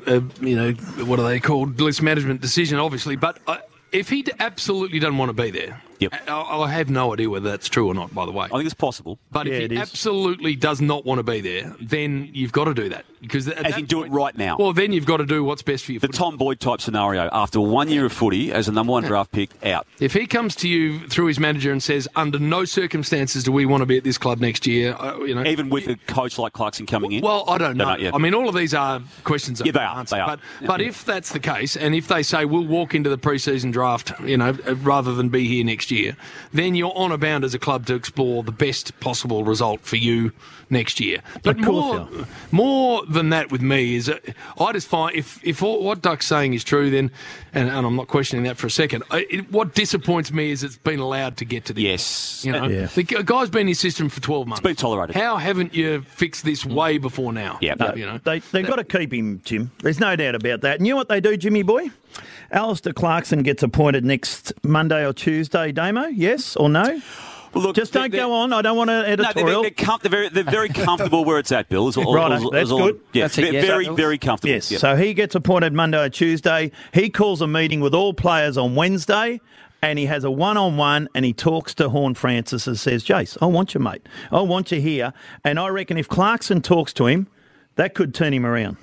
uh, you know, what are they called? List management decision, obviously. But uh, if he d- absolutely doesn't want to be there, yep. I, I have no idea whether that's true or not, by the way. I
think it's possible.
But
Yeah,
if
it
he
is.
absolutely does not want to be there, then you've got to do that. because
As in, do it right now.
Well, then you've got to do what's best for you.
the Tom Boyd type scenario after one year of footy as a number one draft pick out.
If he comes to you through his manager and says, under no circumstances do we want to be at this club next year, uh, you know.
Even with a coach like Clarkson coming in.
Well, I don't know.
yet.
I mean, all of these are questions. that
Yeah, they
aren't
are,
answered.
they are.
But, but if that's the case, and if they say we'll walk into the preseason draft, you know, uh, rather than be here next year, then you're on a bound as a club to explore the best possible result for you next year. But more, more than that, with me is uh, I just find if if all, what Duck's saying is true, then, and, and I'm not questioning that for a second. I, it, what disappoints me is it's been allowed to get to the
yes,
you know,
Yeah.
the g- guy's been in his system for 12 months. It's been
tolerated.
How haven't you fixed this way before now? Yeah,
No,
you know.
they, they've got to keep him, Jim. There's no doubt about that. And you know what they do, Jimmy boy? Alistair Clarkson gets appointed next Monday or Tuesday, Damo, yes or no?
Look,
Just don't go on. I don't want to
No, they're,
editorial.
they're, com- they're very, they're very comfortable where it's at, Bill. Is all,
Righto,
is all- is
that's
all-
good.
Yeah,
That's a
ve-
yes.
very, very comfortable.
Yes.
Yeah.
So he gets appointed Monday or Tuesday. He calls a meeting with all players on Wednesday. And he has a one on one and he talks to Horn Francis and says, Jace, I want you, mate. I want you here. And I reckon if Clarkson talks to him, That could turn him around.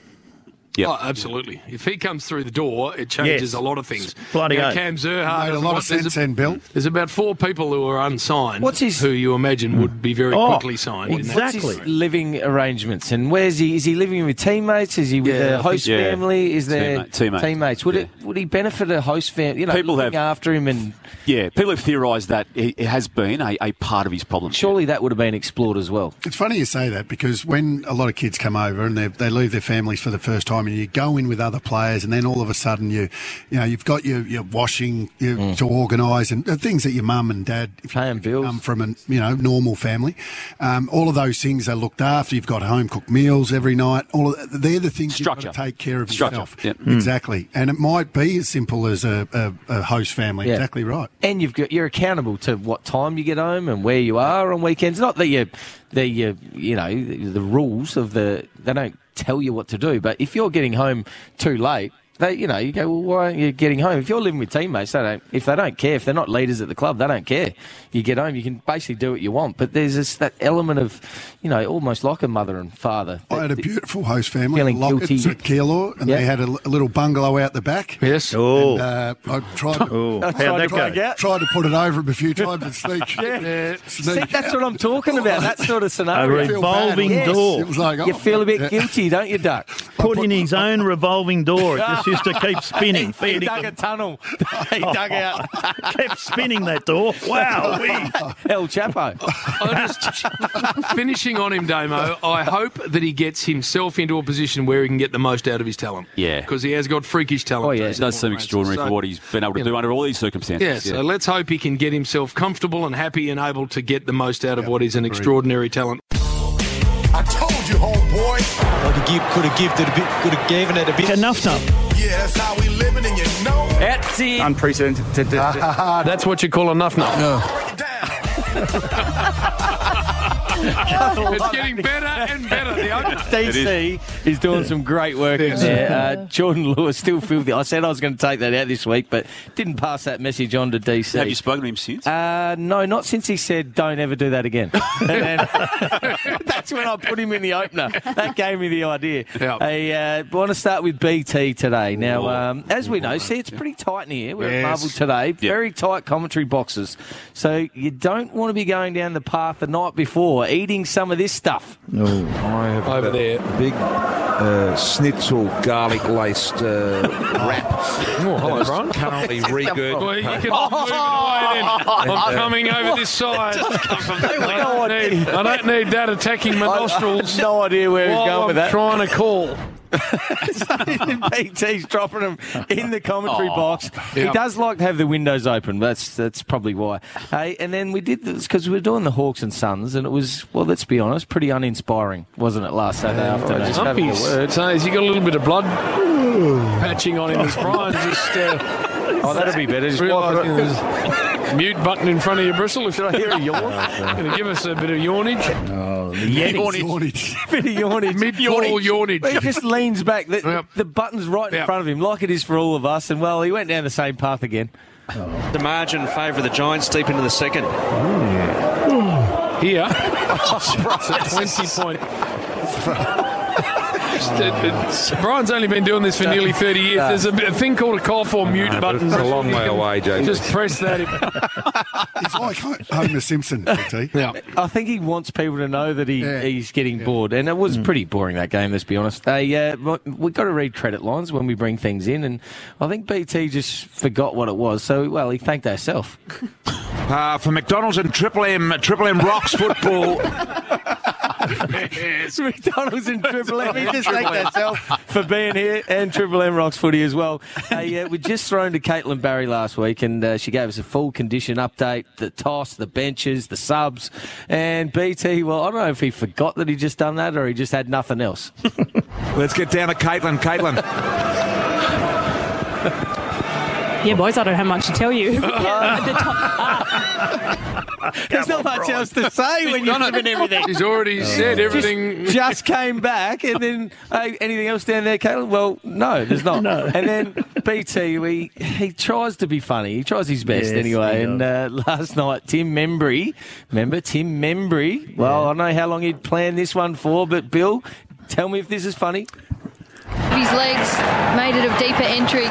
Yeah.
Oh, absolutely. If he comes through the door, it
Yes.
changes a lot of things.
Bloody
now,
oath.
Cam Zerhard
Made a lot of sense
then, Bill. There's about four people who are unsigned. What's his? Who you imagine would be very
Oh.
quickly signed. in that
What's his
group.
living arrangements and where's he? Is he living with teammates? Is he with
Yeah, I
a host
think- Yeah.
family? Is there
Teammate- teammate.
teammates? Would it would he benefit a host family? You know,
People
looking
have-
after him and
Yeah, people have theorised that it it has been a, a part of his problem.
Surely that would have been explored as well.
It's funny you say that because when a lot of kids come over and they they leave their families for the first time, and you go in with other players, and then all of a sudden you, you know, you've got your, your washing you,
Mm.
to organise and the things that your mum and dad, if you come from a you know normal family, um, all of those things are looked after. You've got home cooked meals every night. All of, they're the things you've got to take care of
Structure,
yourself.
yep. Mm.
Exactly, and it might be as simple as a, a, a host family.
Yeah.
Exactly right.
And you've got you're accountable to what time you get home and where you are on weekends. Not that you, that you, you know, the rules of the they don't tell you what to do. But if you're getting home too late, they, you know, you go, well, why aren't you getting home? If you're living with teammates, they don't. If they don't care, if they're not leaders at the club, they don't care. You get home, you can basically do what you want. But there's this that element of, you know, almost like a mother and father.
I had a beautiful host family,
Feeling
in Lockett
guilty.
at Keilor, and
Yeah.
they had a, l- a little bungalow out the back.
Yes.
Oh.
And, uh, I tried to,
Oh.
I
How'd
tried,
that
tried-
go?
tried to put it over him a few times and sneak. yeah.
See, that's what I'm talking about. That sort of scenario.
A revolving
Yes.
door.
It was like, oh,
you feel a bit
yeah.
guilty, don't you, Duck?
Put in his own revolving door. It just used to keep spinning. Fair
He dug a
dinkum.
tunnel. he dug out
kept spinning that door. Wow. wee.
El Chapo.
I just, finishing on him, Damo, I hope that he gets himself into a position where he can get the most out of his talent.
Yeah.
Because he has got freakish talent.
Oh, yeah.
It does seem extraordinary for what he's been able to do under all these circumstances.
Yeah, so let's hope he can get himself comfortable and happy and able to get the most out of what is an extraordinary talent.
I told you, homeboy.
Could have give, could have given it a bit, could have given it a bit.
Enough now.
Yeah, that's how we living, and you know. it.
Unprecedented.
That's what you call enough now.
Break it down.
It's getting better and better. The only-
DC is doing some great work in there. Uh, Jordan Lewis still filthy. I said I was going to take that out this week, but didn't pass that message on to DC.
Have you spoken to him since?
uh, no, not since he said, don't ever do that again. And then- that's when I put him in the opener. That gave me the idea.
Yeah.
I uh, want to start with BT today. Now, um, as we know, see, it's pretty tight in here. We're at
Yes.
Marvel today. Very tight commentary boxes. So you don't want to be going down the path the night before eating some of this stuff.
I have
Over
a
there.
big uh, schnitzel garlic laced uh, wrap. hello, Brian. Currently
Well,
regurg.
you can move it away then. I'm coming over this side. I don't need, I don't need that attacking my nostrils.
No idea where he's
while
going
I'm
with that.
trying to call.
BT's dropping them in the commentary
Aw.
box. He
Oh. Yeah.
does like to have the windows open. That's that's probably why. Hey, and then we did this because we were doing the Hawks and Suns, and it was well. Let's be honest, pretty uninspiring, wasn't it? Last Saturday afternoon. Just having a
Humpy's
word.
so has he got a little bit of blood patching on him as Brian just uh,
Oh, that'd be better. Just wipe it
realising
up.
there's a mute button in front of your bristle. If I hear a yawn, going to give us a bit of yawnage.
Oh,
Yawnage.
Bit of yawnage.
Mid yawnage.
He
yawnage.
just leans back. The,
Yep.
the button's right in
Yep.
front of him, like it is for all of us. And well, he went down the same path again.
The margin favour the Giants deep into the second.
Hmm. Here, it's a 20 point. Just, uh, uh, Brian's only been doing this for nearly 30 years. There's a, bit- a thing called a call for mute button.
it's a long
You
way
can
away, James.
Just press that. If,
It's
Oh,
like Ho- Homer Simpson, BT.
yeah.
I think he wants people to know that he,
Yeah.
he's getting bored, and it was pretty boring that game. Let's be honest. They, uh, we've got to read credit lines when we bring things in, and I think BT just forgot what it was. So, well, he thanked herself.
Uh, for McDonald's and Triple M, Triple M rocks football.
It's McDonald's and Triple M. He just thanked herself for being here, and Triple M rocks footy as well. Hey, uh, we just thrown to Caitlin Barry last week, and uh, she gave us a full condition update: the toss, the benches, the subs, and BT. Well, I don't know if he forgot that he just done that, or he just had nothing else.
Let's get down to Caitlin. Caitlin,
Yeah, boys, I don't have much to tell you.
There's not much else to say when you've given everything.
She's already said everything.
Just, just came back, and then hey, anything else down there, Caitlin? Well, no, there's not. And then BT, we, he tries to be funny. He tries his best
Yes,
anyway.
he
And uh, last night, Tim Membry, remember Tim Membry? Well, I know how long he'd planned this one for, but Bill Tell me if this is funny.
His legs made it a deeper entry.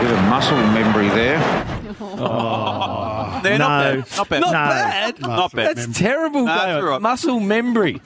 Bit of muscle memory there.
They're
not
not
bad. Not bad.
Not
No.
bad.
Not bad.
That's terrible,
No, it's
Damo.
all right.
Muscle memory.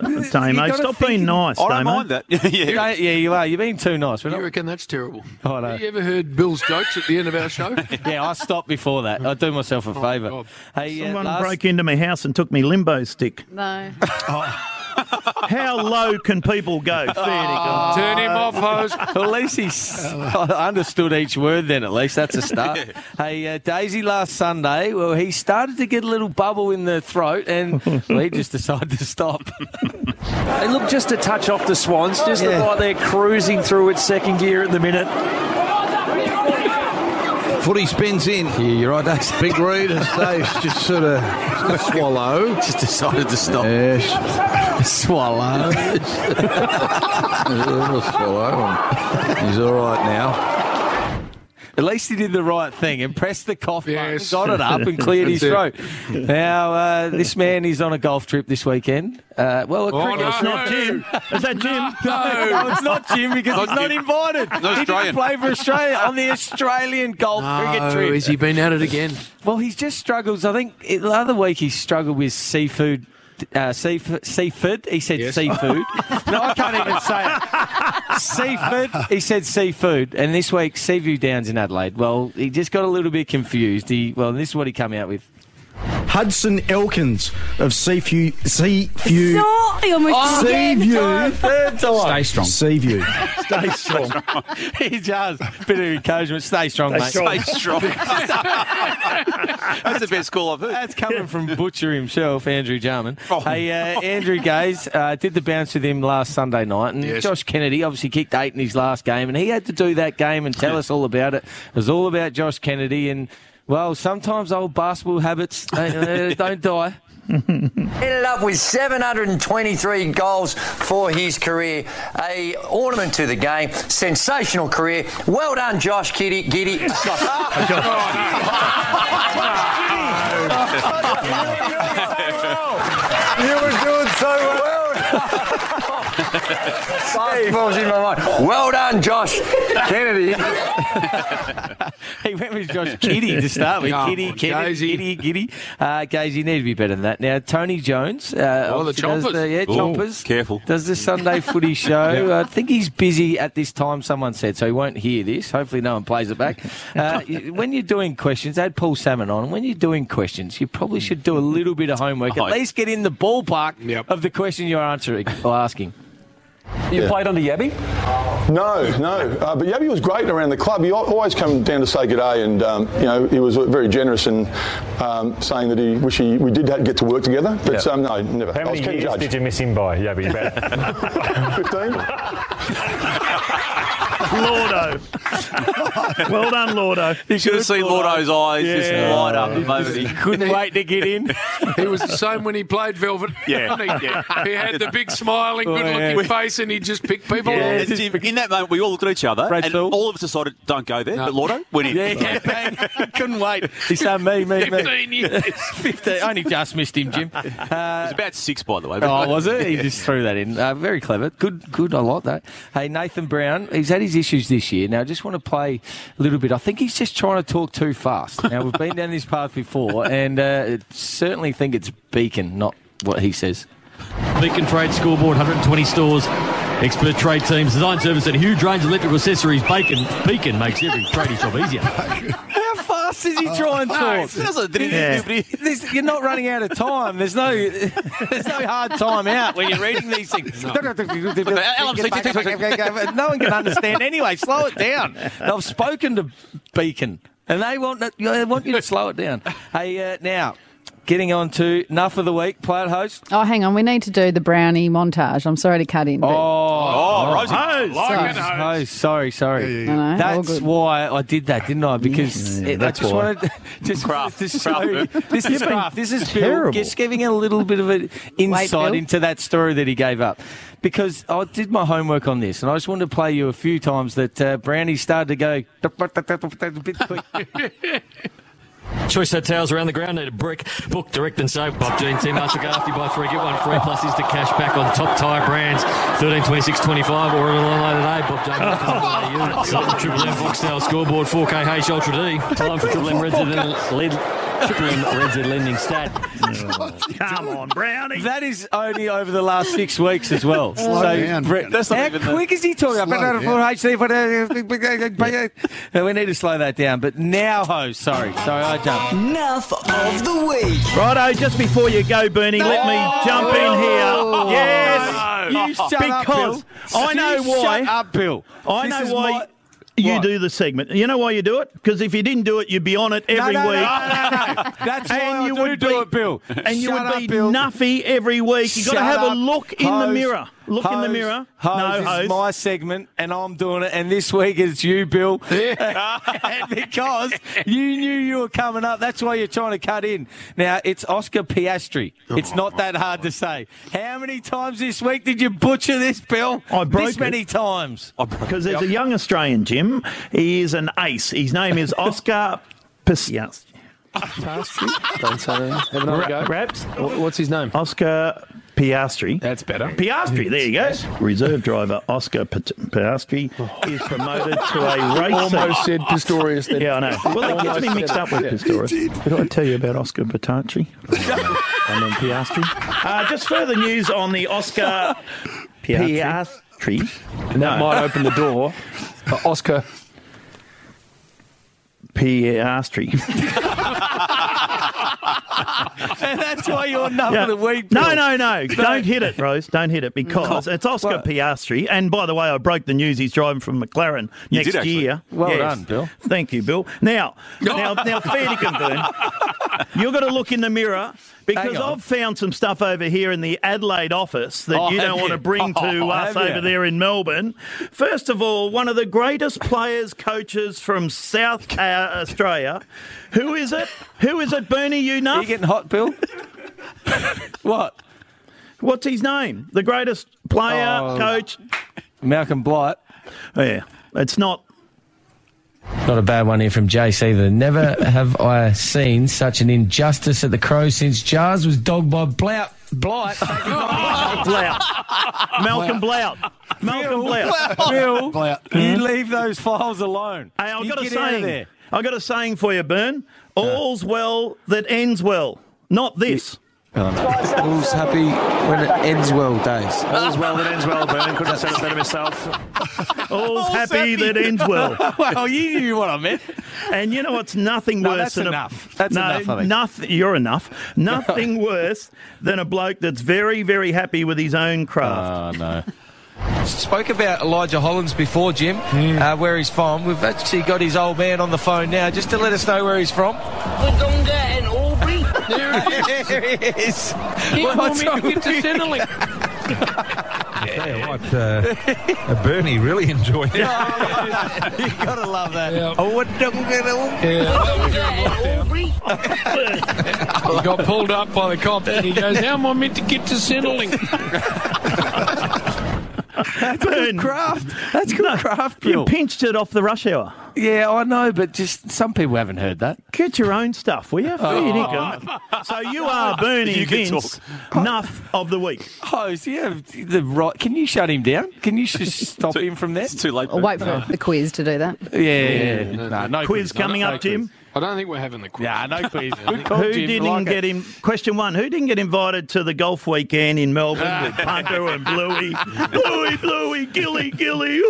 Damo, stop being nice, I don't Damo. mind
that. yeah. you are. You're being too nice.
You reckon that's terrible?
I know.
Have you ever heard Bill's jokes at the end of our show? Oh,
yeah, I stopped before that. I do myself a favour. hey, uh,
Someone
last-
broke into my house and took me limbo stick.
No.
How low can people go? Fair to God.
Turn him off, hose.
at least he s- I understood each word then, at least. That's a start. Hey, uh, Daisy last Sunday, well, he started to get a little bubble in the throat and well, he just decided to stop.
They look just a touch off the Swans, just look like they're cruising through its second gear at the minute.
Footy spins in. Yeah, you're right, Dax. Big read as Dave's just sort of swallow. Just decided to stop. Yes. swallow. a little swallow. He's all right now.
At least he did the right thing and pressed the cough button, got it up and cleared his throat.
That's
Now, uh, this man is on a golf trip this weekend. Uh, well, a
Oh,
cricket
no. It's not Jim. Is that Jim?
No, it's not Jim because
Not
he's not
Jim.
invited.
No,
he didn't
Australian.
play for Australia on the Australian golf cricket trip.
has he been at it again?
Well, he just struggles. I think it, the other week he struggled with seafood. Uh, seafood, seafood. He said seafood. no, I can't even say it. Seafood. He said seafood. And this week, Seaview Downs in Adelaide. Well, he just got a little bit confused. He well, this is what he came out with.
Hudson Elkins of Seaview. Seaview.
So- I almost did it again.
Seaview.
Third time. Stay
strong. Seaview.
Stay strong. he does. Bit of encouragement. Stay strong,
Stay strong.
mate.
Stay strong. That's the best call I've heard.
That's coming from Butcher himself, Andrew Jarman. Hey, uh, Andrew Gaze uh, did the bounce with him last Sunday night, and
Yes.
Josh Kennedy obviously kicked eight in his last game, and he had to do that game and tell us all about it. It was all about Josh Kennedy, and well, sometimes old basketball habits they, they don't die.
Ended up with 723 goals for his career, a ornament to the game, sensational career. Well done, Josh Kitty Giddy.
You were doing so well.
Basketball's in my mind. Well done, Josh Kennedy.
he went with Josh Kitty to start with.
Come
Kitty,
on,
Kitty,
Gazy.
Kitty, Kitty. Uh, Gaze, you need to be better than that. Now, Tony Jones. Uh,
Oh, the
obviously does
chompers.
The, yeah,
Ooh,
chompers. Careful. Does the Sunday footy show. I think he's busy at this time, someone said, so he won't hear this. Hopefully, no one plays it back. Uh, y- when you're doing questions, they had Paul Salmon on. When you're doing questions, you probably should do a little bit of homework. At
Oh.
least get in the ballpark of the question you're answering or asking.
You played under Yabby? No, no. Uh, but Yabby was great around the club. He al- always came down to say good day, and um, you know he was very generous in um, saying that he wish he, we did ha- get to work together. But
Yeah.
um, no, never.
How
I was
many
Ken
years
Judge.
did you miss him by, Yabby? About 15?
Lordo. well done, Lordo.
You should have seen Lordo's eyes just
Yeah.
light up the moment he
couldn't wait to get in.
He was the same when he played Velvet.
Yeah.
wasn't he?
Yeah.
He had the big smiling,
Oh,
good-looking
yeah.
face, and he just picked people.
Yeah,
off.
and Jim, in that moment, we all looked at each other, and all of us decided, "Don't go there." But Lotto went in.
Yeah, bang. couldn't wait. He said, "Me, me, me."
15 years.
15. Only just missed him, Jim. Uh,
it was about six, by the way.
Oh, was it? He just threw that in. Uh, very clever. Good, good. I like that. Hey, Nathan Brown, he's had his issues this year. Now, I just want to play a little bit. I think he's just trying to talk too fast. Now, we've been down this path before, and uh, certainly think it's Beacon, not what he says.
Beacon Trade scoreboard, 120 stores, expert trade teams, design service, and a huge range of electrical accessories. Bacon, Beacon makes every tradie job easier.
How fast is he trying
No,
to
it
talk?
doesn't- didn't
Yeah.
do it.
There's- You're not running out of time. There's no, there's no hard time out when you're reading these things. um,
No.
no one can understand anyway. Slow it down. I've spoken to Beacon, and they want they want you to slow it down. Hey, uh, now getting on to enough of the week. Player host.
Oh, hang on. We need to do the brownie montage. I'm sorry to cut in. But
Oh,
Oh, Rosie. Like it,
Oh, sorry, sorry.
yeah. No, no, all
That's
good.
why I did that, didn't I? Because
Yeah,
it-
that's
I just
why.
wanted just craft. To show
Craft,
you-
eh?
This
You've
is
been
craft. This is Bill
terrible.
just giving a little bit of an insight
Bill.
into that story that he gave up. Because I did my homework on this, and I just wanted to play you a few times that uh, Brownie started to go a bit quick.
Choice hotels around the ground need a brick. Book, direct, and save. Bob Jean, Team Master Garfty, buy three, get one free. Plus is the cash back on top tyre brands. 13, 26, 25, or an online today. Bob Jean, Marcus, Monday units. Up the Triple M Foxtel scoreboard, 4K H Ultra D. Time for Triple M Red Z lead. Triple M Red Z lending stat.
Come on, Brownie.
That is only over the last six weeks as well.
Slow down,
Brett,
That's not
how
even the-
quick is he talking? I've been
Slow
on a full HD, but, uh, we need to slow that down. But now, ho, sorry, sorry, I jumped.
Enough of the week.
Righto, just before you go, Bernie, let me jump in
Oh.
here. Yes,
No. You shut up,
because
Bill.
I know
You
why.
shut up, Bill.
I
This
know
is
why
my-
you do the segment. You know why you do it? Because if you didn't do it, you'd be on it every
no, no,
week.
no, That's why
and
I
you
do
would
do
be-
it, Bill.
And you
Shut
would
up,
be
Bill.
nuffy every week. You got to
Shut
have a
up.
look in the
Hose.
mirror. Look in the
Hose.
mirror.
Hose.
No,
this
hose.
is my segment, and I'm doing it. And this week it's you, Bill, And because you knew you were coming up. That's why you're trying to cut in. Now it's Oscar Piastri. It's not that hard to say. How many times this week did you butcher this, Bill? I
broke
this
it.
many times.
Because Oh, there's a young Australian, Jim. He is an ace. His name is Oscar Piscias.
Don't say that. Have another go.
Raps?
What's his name?
Oscar Piastri.
That's better.
Piastri, there you go. Reserve driver Oscar P- Piastri
Oh,
is promoted to a race.
Almost said Pistorius then.
Yeah, I know. Well, that gets me
Almost
mixed
said
up
it.
with
Yeah.
Pistorius. Did I tell you about Oscar Patacci? I mean Piastri. Uh, just further news on the Oscar
Piastri.
Piastri.
And that might open the door
Uh,
for Oscar
Piastri.
And that's why you're number
Yeah.
of the week. Bill.
No, no, no. Don't hit it, Rose. Don't hit it because
No.
it's Oscar Piastri. And by the way, I broke the news he's driving from McLaren
You
next
did actually.
year.
Well done, Bill.
Thank you, Bill. Now, now, now, Fairnicum, Boone, you've got to look in the mirror because
Hang on.
I've found some stuff over here in the Adelaide office that
Oh,
you
have
don't want
you?
to bring to
Oh,
us
have
over
you?
there in Melbourne. First of all, one of the greatest players, coaches from South uh, Australia. Who is it? Who is it, Bernie? You know?
Are you getting hot, Bill? what?
What's his name? The greatest player,
Oh.
coach.
Malcolm Blight.
yeah, it's not.
Not a bad one here from Jace either. Never have I seen such an injustice at the Crows since Jars was dogged by Blout. Blight.
Blout. Malcolm Blout. Malcolm Blout.
Bill,
Hmm?
you leave those files alone.
Hey, I've
You
got a
get out of there.
saying. I've got a saying for you, Bern. All's well that ends well. Not this.
All's happy when it ends well, Days.
All's well that ends well, Bern. Couldn't have said it better myself.
All's happy that ends well.
well, you knew what I meant.
And you know what's nothing
No,
worse
that's
than
enough.
A,
That's
no,
enough, I think.
nothing. You're enough. Nothing worse than a bloke that's very, very happy with his own craft.
Ah,
Oh, no. Spoke about Elijah Hollins before, Jim, uh, where he's from. We've actually got his old man on the phone now just to let us know where he's from.
Wodonga and Aubrey.
there he is. What's wrong with you?
Yeah, what, uh, Bernie really enjoyed it.
you gotta love that. Oh,
He got pulled up by the cop and he goes, How am I meant to get to Centrelink?
That's good
craft. That's good craft,
You
Bill.
pinched it off the rush hour.
Yeah, I know, but just some people haven't heard that.
Get your own stuff, will you? Fair dinkum. So you are Bernie
Oh. You can
Vince, enough of the week.
Hose, yeah, the right. Can you shut him down? Can you just stop him from there?
Too late.
I'll wait for the quiz to do that.
Yeah, yeah, yeah. No, no
Quiz coming
No
up, Jim.
quiz. I don't think we're having the quiz.
Yeah, no quiz. Good call,
Who
Jim.
didn't
Like
get
it.
in? Question one: Who didn't get invited to the golf weekend in Melbourne with Punter and Bluey? Bluey, Bluey, Gilly, Gilly.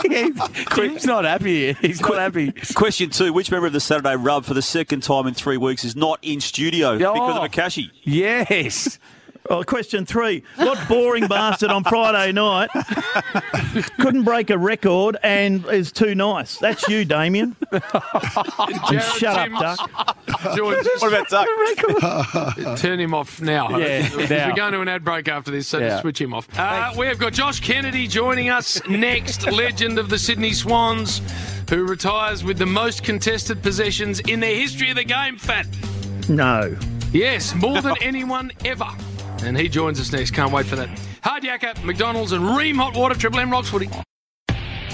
Jim's not happy. He's not happy.
Question two: Which member of the Saturday Rub for the second time in three weeks is not in studio because
oh.
of a cashy?
Yes.
Well, Oh, question three: What boring bastard on Friday night couldn't break a record and is too nice? That's you, Damien. And shut up, Duck.
George,
What about Duck?
turn him off now.
Yeah, now.
We're going to an ad break after this, so
Yeah.
just switch him off. Uh, we have got Josh Kennedy joining us next, legend of the Sydney Swans, who retires with the most contested possessions in the history of the game, Fat.
No.
Yes, more than anyone ever. And he joins us next. Can't wait for that. Hard Yakka, McDonald's, and Ream Hot Water, Triple M Rocks Footy.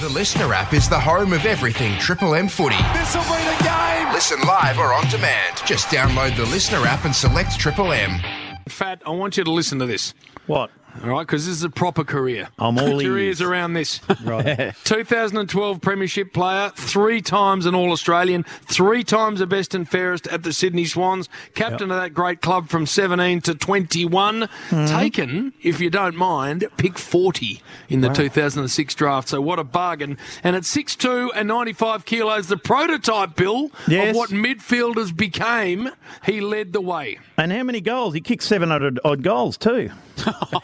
The Listener app is the home of everything Triple M footy.
This will be the game.
Listen live or on demand. Just download the Listener app and select Triple M.
Fat, I want you to listen to this.
What?
All right, because this is a proper career.
I'm all ears.
Careers around this.
Right.
2012 Premiership player, three times an All Australian, three times the best and fairest at the Sydney Swans, captain of that great club from 17 to 21. Taken, if you don't mind, pick 40 in the
Wow.
2006 draft. So what a bargain. And at 6'2 and 95 kilos, the prototype, Bill,
Yes.
of what midfielders became, he led the way.
And how many goals? He kicked 700 odd goals, too.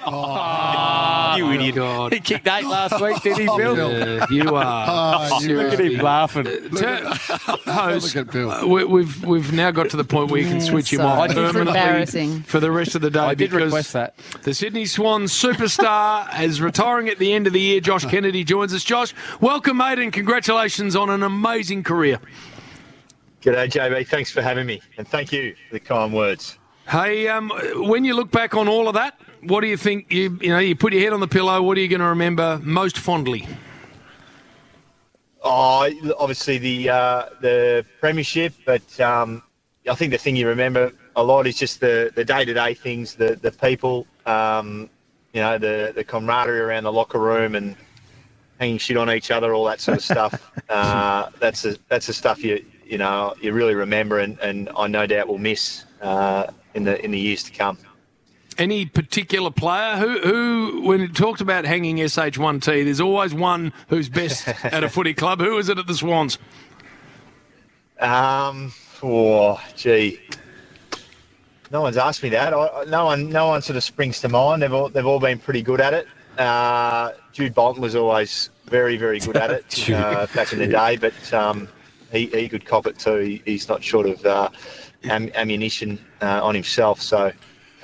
Ah,
Ah,
you idiot.
He kicked eight last week, did he, Bill?
Yeah, Oh, you
Ah,
are. Uh,
Oh, look at him laughing.
Hose, uh, we, we've we've now got to the point where you can switch him
Yes,
off
I did. It's
permanently
embarrassing.
for the rest of the day. I
did request that.
The Sydney Swans superstar is retiring at the end of the year. Josh Kennedy joins us. Josh, welcome, mate, and congratulations on an amazing career.
G'day, JB. Thanks for having me, and thank you for the kind words.
Hey, um, when you look back on all of that, what do you think? You you know, you put your head on the pillow. What are you going to remember most fondly?
Oh, obviously the uh, the premiership, but um, I think the thing you remember a lot is just the the day to day things, the the people, um, you know, the the camaraderie around the locker room and hanging shit on each other, all that sort of stuff. uh, that's the that's the stuff you you know you really remember, and, and I no doubt will miss uh, in the in the years to come.
Any particular player who, who when it talked about hanging SH1T, there's always one who's best at a footy club. Who is it at the Swans?
Um, oh, gee, no one's asked me that. I, I- no one, no one sort of springs to mind. They've all, they've all been pretty good at it. Uh, Jude Bolton was always very, very good at it
Jude.
uh, back in the day, but um, he, he could cop it too. He, he's not short of uh, am, ammunition uh, on himself, so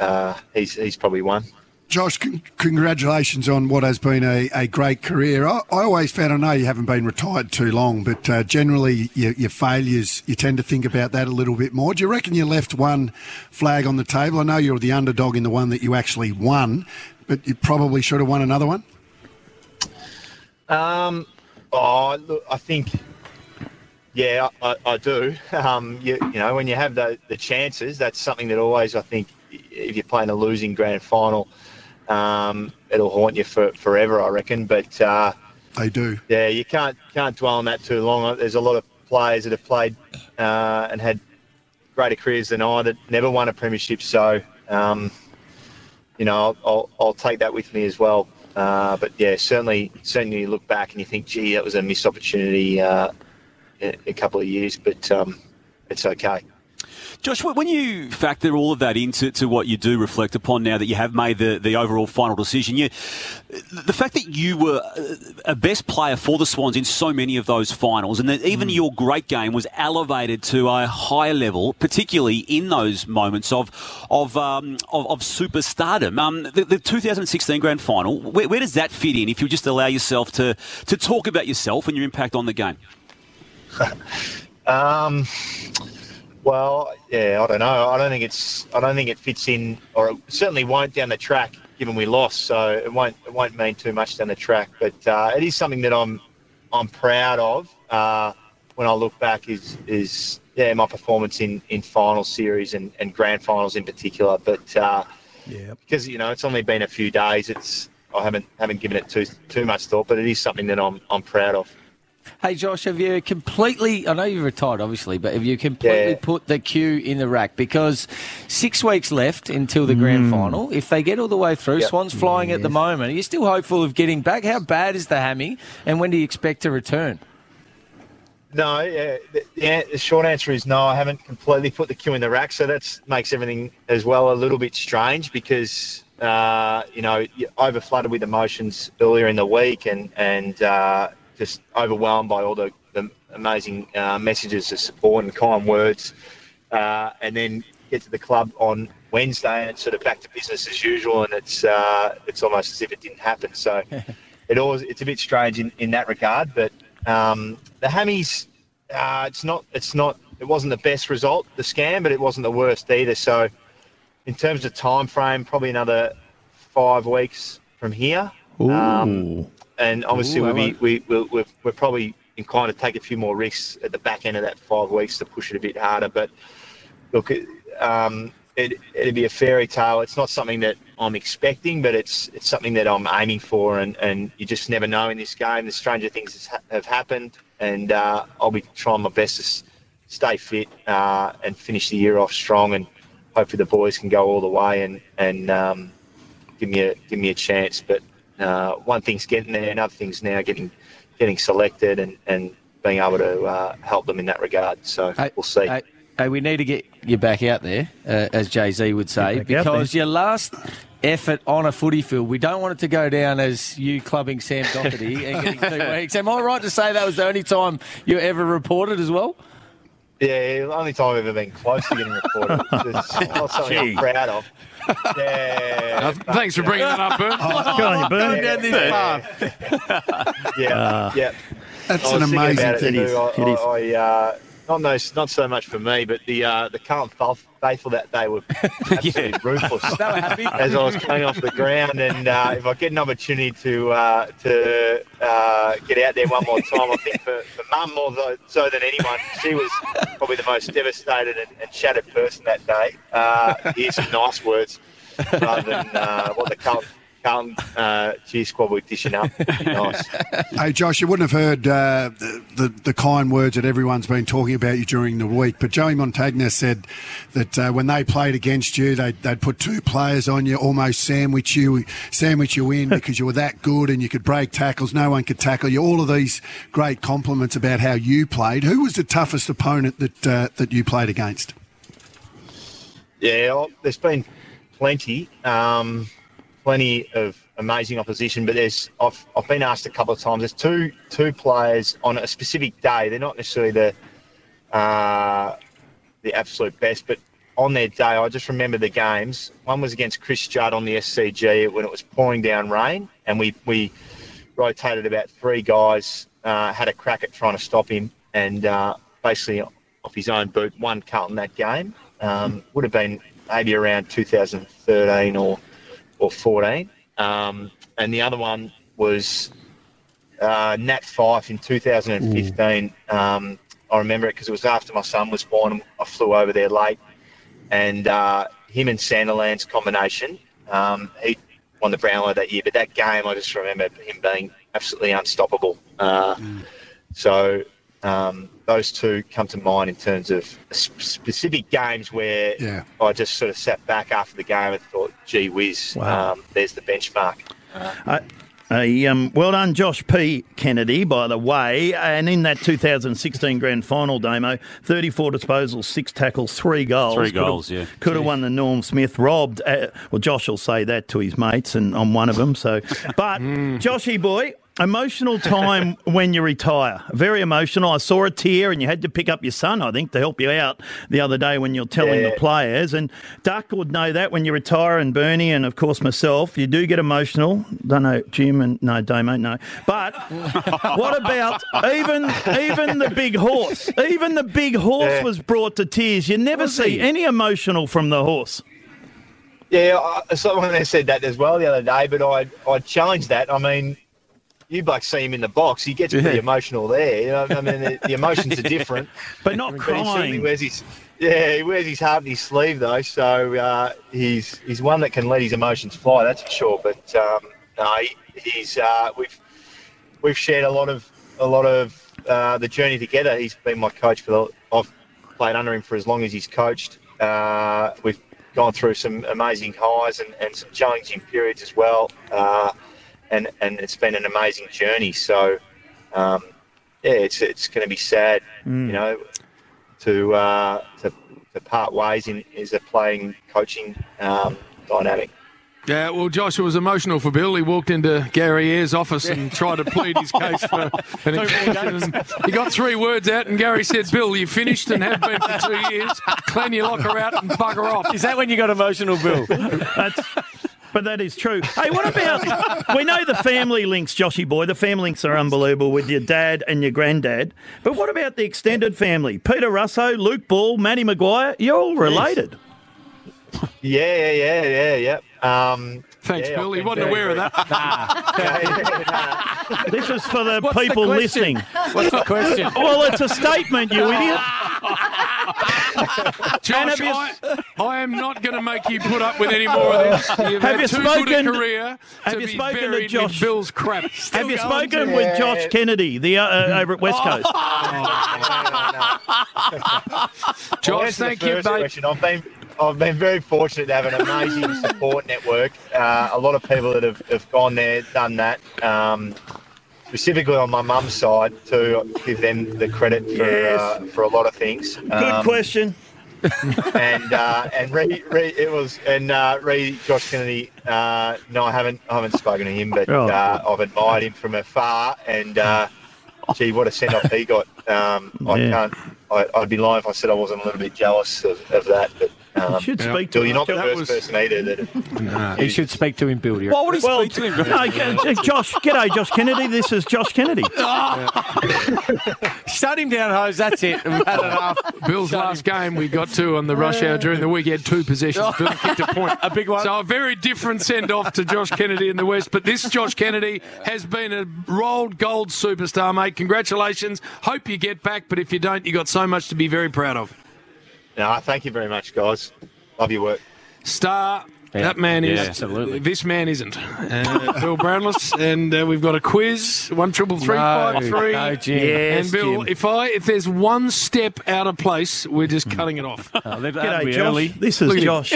uh, he's he's probably one.
Josh, con- congratulations on what has been a, a great career. I, I always found, I know you haven't been retired too long, but uh, generally your, your failures, you tend to think about that a little bit more. Do you reckon you left one flag on the table? I know you're the underdog in the one that you actually won, but you probably should have won another one.
Um, oh, look, I think, yeah, I, I do. Um, you, you know, when you have the, the chances, that's something that always, I think, if you're playing a losing grand final, um, it'll haunt you for, forever, I reckon. But uh,
They do.
yeah, you can't can't dwell on that too long. There's a lot of players that have played uh, and had greater careers than I that never won a premiership. So, um, you know, I'll, I'll, I'll take that with me as well. Uh, but yeah, certainly, certainly, you look back and you think, gee, that was a missed opportunity uh, a, a couple of years, but um, it's okay.
Josh, wh- when you factor all of that into to what you do reflect upon now that you have made the, the overall final decision, you, the fact that you were uh, a best player for the Swans in so many of those finals and that even your great game was elevated to a higher level, particularly in those moments of of um, of, of superstardom. Um, the, the 2016 grand final, where, where does that fit in if you just allow yourself to, to talk about yourself and your impact on the game?
Um, well, yeah, I don't know. I don't think it's. I don't think it fits in, or it certainly won't down the track, given we lost. So it won't. It won't mean too much down the track. But uh, it is something that I'm. I'm proud of. Uh, when I look back, is is yeah, my performance in in final series and, and grand finals in particular. But uh,
yeah,
because you know it's only been a few days. It's I haven't haven't given it too too much thought, but it is something that I'm I'm proud of.
Hey, Josh, have you completely, I know you've retired, obviously, but have you completely put the queue in the rack? Because six weeks left until the grand final. If they get all the way through,
Yep.
Swan's flying at the moment. Are you still hopeful of getting back? How bad is the hammy? And when do you expect to return?
No, yeah, the, yeah, the short answer is no. I haven't completely put the queue in the rack, so that makes everything as well a little bit strange because uh, you know you're overflooded with emotions earlier in the week and and uh, just overwhelmed by all the, the amazing uh, messages of support and kind words, uh, and then get to the club on Wednesday and it's sort of back to business as usual, and it's uh, it's almost as if it didn't happen. So. it always it's a bit strange in, in that regard. But um, the hammies, uh, it's not it's not it wasn't the best result the scan, but it wasn't the worst either. So in terms of time frame, probably another five weeks from here.
Ooh.
and obviously
Ooh, I
we'll be,
like-
we we'll, we're, we're probably inclined to take a few more risks at the back end of that five weeks to push it a bit harder. But look, it- um, it, it'd be a fairy tale. It's not something that I'm expecting, but it's it's something that I'm aiming for. And, and you just never know in this game. The stranger things has, ha- have happened, and uh, I'll be trying my best to s- stay fit uh, and finish the year off strong. And hopefully the boys can go all the way and and um, give me a give me a chance. But uh, one thing's getting there, another thing's now getting getting selected and, and being able to uh, help them in that regard. So we'll see.
Hey, we need to get you back out there, uh, as Jay Z would say,
back out
because
there.
your last effort on a footy field, we don't want it to go down as you clubbing Sam Doherty and getting two weeks. Am I right to say that was the only time you ever reported as well?
Yeah, only time I've ever been close to getting reported. It's just not something I'm
Gee.
proud of. Yeah.
Uh, thanks for bringing that up, Bert.
Oh, Go on, you Bert. Going down this Yeah,
Ah.
yeah.
Uh, That's
I
an
was thinking
amazing
about it
thing.
too.
It is,
I,
it is.
I, I, uh, not, no, not so much for me, but the uh, the current faithful that day were absolutely ruthless. As I was coming off the ground, and uh, if I get an opportunity to uh, to uh, get out there one more time, I think for, for Mum more tho- so than anyone, she was probably the most devastated and, and shattered person that day. Uh, here's some nice words rather than uh, what the Carlton, Carlton uh, cheer squad were dishing up. Nice.
Hey, Josh, you wouldn't have heard uh, the, the the kind words that everyone's been talking about you during the week, but Joey Montagna said that uh, when they played against you, they'd, they'd put two players on you, almost sandwich you, sandwich you in because you were that good and you could break tackles. No one could tackle you. All of these great compliments about how you played. Who was the toughest opponent that uh, that you played against?
Yeah, well, there's been plenty, um, plenty of amazing opposition. But there's I've, I've been asked a couple of times. There's two two players on a specific day. They're not necessarily the uh, the absolute best, but on their day, I just remember the games. One was against Chris Judd on the SCG when it was pouring down rain, and we we rotated about three guys, uh, had a crack at trying to stop him, and uh, basically off his own boot, won Carlton that game. Um, would have been maybe around 2013 or or 14. Um, and the other one was uh, Nat Fife in 2015. Um, I remember it because it was after my son was born. and I flew over there late, and uh, him and Sanderland's combination, um, he won the Brownlow that year. But that game, I just remember him being absolutely unstoppable. Uh, So um, those two come to mind in terms of sp- specific games where
Yeah.
I just sort of sat back after the game and thought, "Gee whiz,
Wow.
um, there's the benchmark."
I, I, Uh, um, well done, Josh P. Kennedy, by the way. And in that 2016 grand final, Damo, 34 disposals, six tackles, three goals.
Three goals, yeah.
Could have
Jeez.
won the Norm Smith. Robbed, uh, well, Josh will say that to his mates, and I'm one of them. So, But, Joshy boy, emotional time when you retire. Very emotional. I saw a tear, and you had to pick up your son, I think, to help you out the other day when you're telling
Yeah.
the players. And Duck would know that when you retire, and Bernie, and of course myself, you do get emotional. Don't know Jim and no Damo, no. But what about even even the big horse? Even the big horse
Yeah.
was brought to tears. You never see any emotional from the horse.
Yeah, I- someone there said that as well the other day, but I I challenged that. I mean, you blokes see him in the box, he gets pretty
Yeah.
emotional there. You know, I mean, the, the emotions are different,
but not
he certainly
crying.
wears his yeah, he wears his heart in his sleeve though, so uh, he's he's one that can let his emotions fly. That's for sure. But um, no, he, he's uh, we've we've shared a lot of a lot of uh, the journey together. He's been my coach for the. I've played under him for as long as he's coached. Uh, we've gone through some amazing highs and, and some challenging periods as well, uh, and and it's been an amazing journey. So, um, yeah, it's it's going to be sad,
Mm.
you know, to uh, to to part ways in is a playing coaching um, dynamic.
Yeah, well, Joshua was emotional for Bill. He walked into Gary Ayres' office and tried to plead his case for an extension. And He got three words out, and Gary said, Bill, you finished and have been for two years. Clean your locker out and bugger off.
Is that when you got emotional, Bill?
That's, but that is true. Hey, what about we know the family links, Joshy boy. The family links are unbelievable with your dad and your granddad. But what about the extended family? Peter Russo, Luke Ball, Matty Maguire. You're all related.
Yeah, yeah, yeah, yeah, yeah. Um,
Thanks,
yeah,
Bill.
I've
He
been
wasn't
very,
aware of
very-
that.
This is for the
What's the
people
question?
listening.
What's the question?
well, it's a statement, you idiot.
Josh, I, I am not going to make you put up with any more of this. You've
Have
had
you
too good a
spoken-
career
have
to
you
be
spoken to
buried with
Josh?
Bill's crap.
Have you spoken with Josh Kennedy, the uh, over at West Coast?
I'll
Josh,
answer
thank
the
you,
first
mate.
question. I've been, I've been very fortunate to have an amazing support network. Uh, a lot of people that have, have gone there, done that. Um, specifically on my mum's side, to give them the credit for uh, for a lot of things.
Good
Um,
question.
and uh, and Re, Re, it was and uh, Re Josh Kennedy. Uh, no, I haven't I haven't spoken to him, but
Oh.
uh, I've admired him from afar. And uh, gee, what a send off he got! Um, I
Yeah.
can't. I, I'd be lying if I said I wasn't a little bit jealous of, of that. But um,
You should speak
Bill,
to
you're not
him.
the
That
first
was-
person either. That,
He should speak to him, Bill.
Why would he
well,
speak to him?
No, g- g- Josh, g'day, Josh Kennedy. This is Josh Kennedy.
Shut him down, Hose. That's it. We've had enough. Bill's last game we got to on the rush hour during the week, he had two possessions. Bill kicked a point. A big one. So a very different send off to Josh Kennedy in the West. But this Josh Kennedy has been a rolled gold superstar, mate. Congratulations. Hope you get back. But if you don't, you got so much to be very proud of.
no, thank you very much, guys. Love your work.
Star. That man is
Yeah, absolutely.
This man isn't. Uh, Bill Brownless, and uh, we've got a quiz. One triple three five three.
No, Jim.
and
Yes,
Bill,
Jim.
if I if there's one step out of place, we're just cutting it off.
Oh,
G'day, Josh. This is Josh.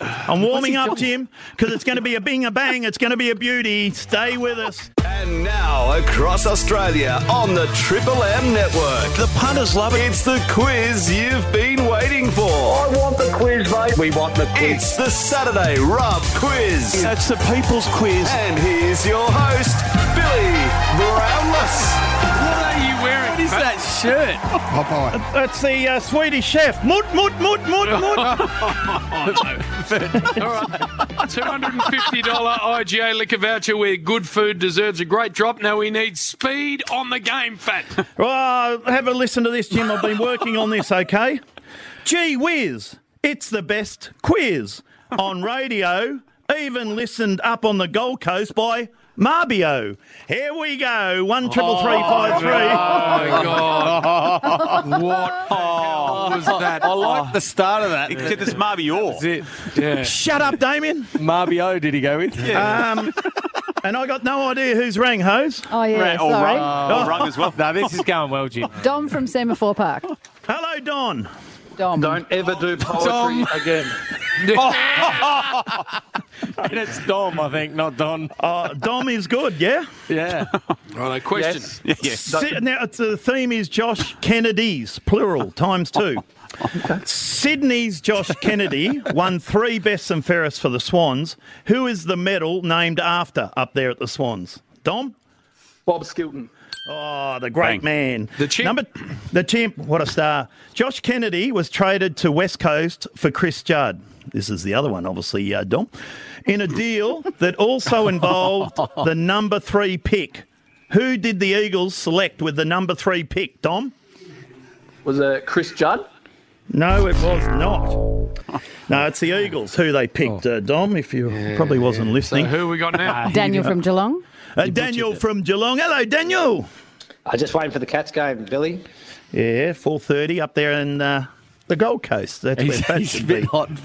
I'm warming up, Jim, because it's going to be a bing a bang. It's going to be a beauty. Stay with us.
And now, across Australia on the Triple M network. The punters love it. It's the quiz you've been waiting for. I want the quiz, mate. We want the quiz. It's the Saturday Rub Quiz. That's the people's quiz. And here's your host, Billy Brownless.
What are you wearing? What
is that
shirt?
Popeye. That's the uh, Swedish chef. Mut, mut, mut, mut, mut.
All right. Two hundred and fifty dollar IGA liquor voucher where good food deserves a great drop. Now we need speed on the game, fat.
Well, have a listen to this, Jim. I've been working on this, okay? Gee whiz, it's the best quiz on radio, even listened up on the Gold Coast by Marbio. Here we go. One triple three five three.
Oh, God. What was that?
Oh, I like the start of that. Except it's Marbior. That's it.
Yeah.
Shut up, Damien.
Marbio, did he go with?
Um, and I got no Oh. idea who's rang, hose.
Oh, yeah, Right, or sorry. rung-
Oh,
or rung as well.
no, this is going well, Jim.
Dom from Semaphore Park.
Hello, Don.
Dom.
Don't ever do
poetry
again.
Oh.
And it's Dom, I think, not Don.
Uh, Dom is good, yeah?
Yeah.
Right, question.
Si- now, it's- the theme is Josh Kennedy's, plural, times two. Sydney's Josh Kennedy won three Best and Fairest for the Swans. Who is the medal named after up there at the Swans? Dom?
Bob Skilton.
Oh, the great man. The chimp. Number, the chimp. What a star. Josh Kennedy was traded to West Coast for Chris Judd. This is the other one, obviously, uh, Dom. In a deal that also involved the number three pick. Who did the Eagles select with the number three pick, Dom?
Was it Chris Judd?
No, it was not. No, it's the Eagles who they picked, uh, Dom, if you probably wasn't listening.
Oh. Who we got now?
Daniel from Geelong.
Uh, Daniel from Geelong. Hello, Daniel.
I just waiting for the Cats game, Billy.
Yeah, four thirty up there in uh, the Gold Coast. That's
He's-
where that
he's
should
a bit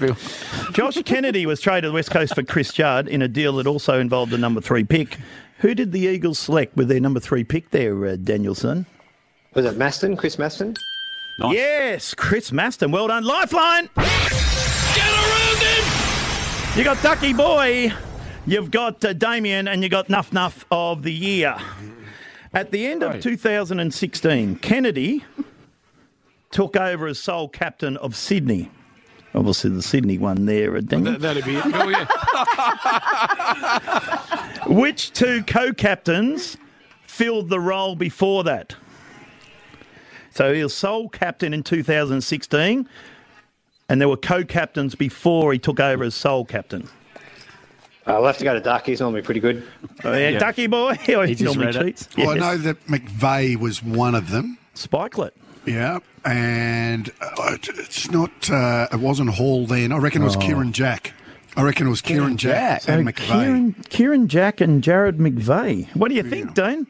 be. Josh Kennedy was traded to the West Coast for Chris Judd in a deal that also involved the number three pick. Who did the Eagles select with their number three pick there, uh, Danielson?
Was it Maston? Chris Maston?
Yes, Chris Maston. Well done. Lifeline. Get around him. You got Ducky Boy. You've got uh, Damien, and you got Nuff Nuff of the year. At the end of 2016, Kennedy took over as sole captain of Sydney. Obviously, the Sydney one there, uh, Daniel.
That, that'd be it. Oh, yeah.
Which two co-captains filled the role before that? So he was sole captain in 2016, and there were co-captains before he took over as sole captain.
Uh, I'll have to go to Duck. He's normally pretty good.
Oh, yeah, Ducky boy. He, normally cheats.
Well, I
Yes.
know that McVeigh was one of them.
Spikelet.
Yeah, and uh, it- it's not. Uh, it wasn't Hall then. I reckon it was
Oh.
Kieran Jack. I reckon it was Kieran, Jack, and
So
McVeigh.
Kieran, Kieran Jack and Jared McVeigh. What do you think, Dean?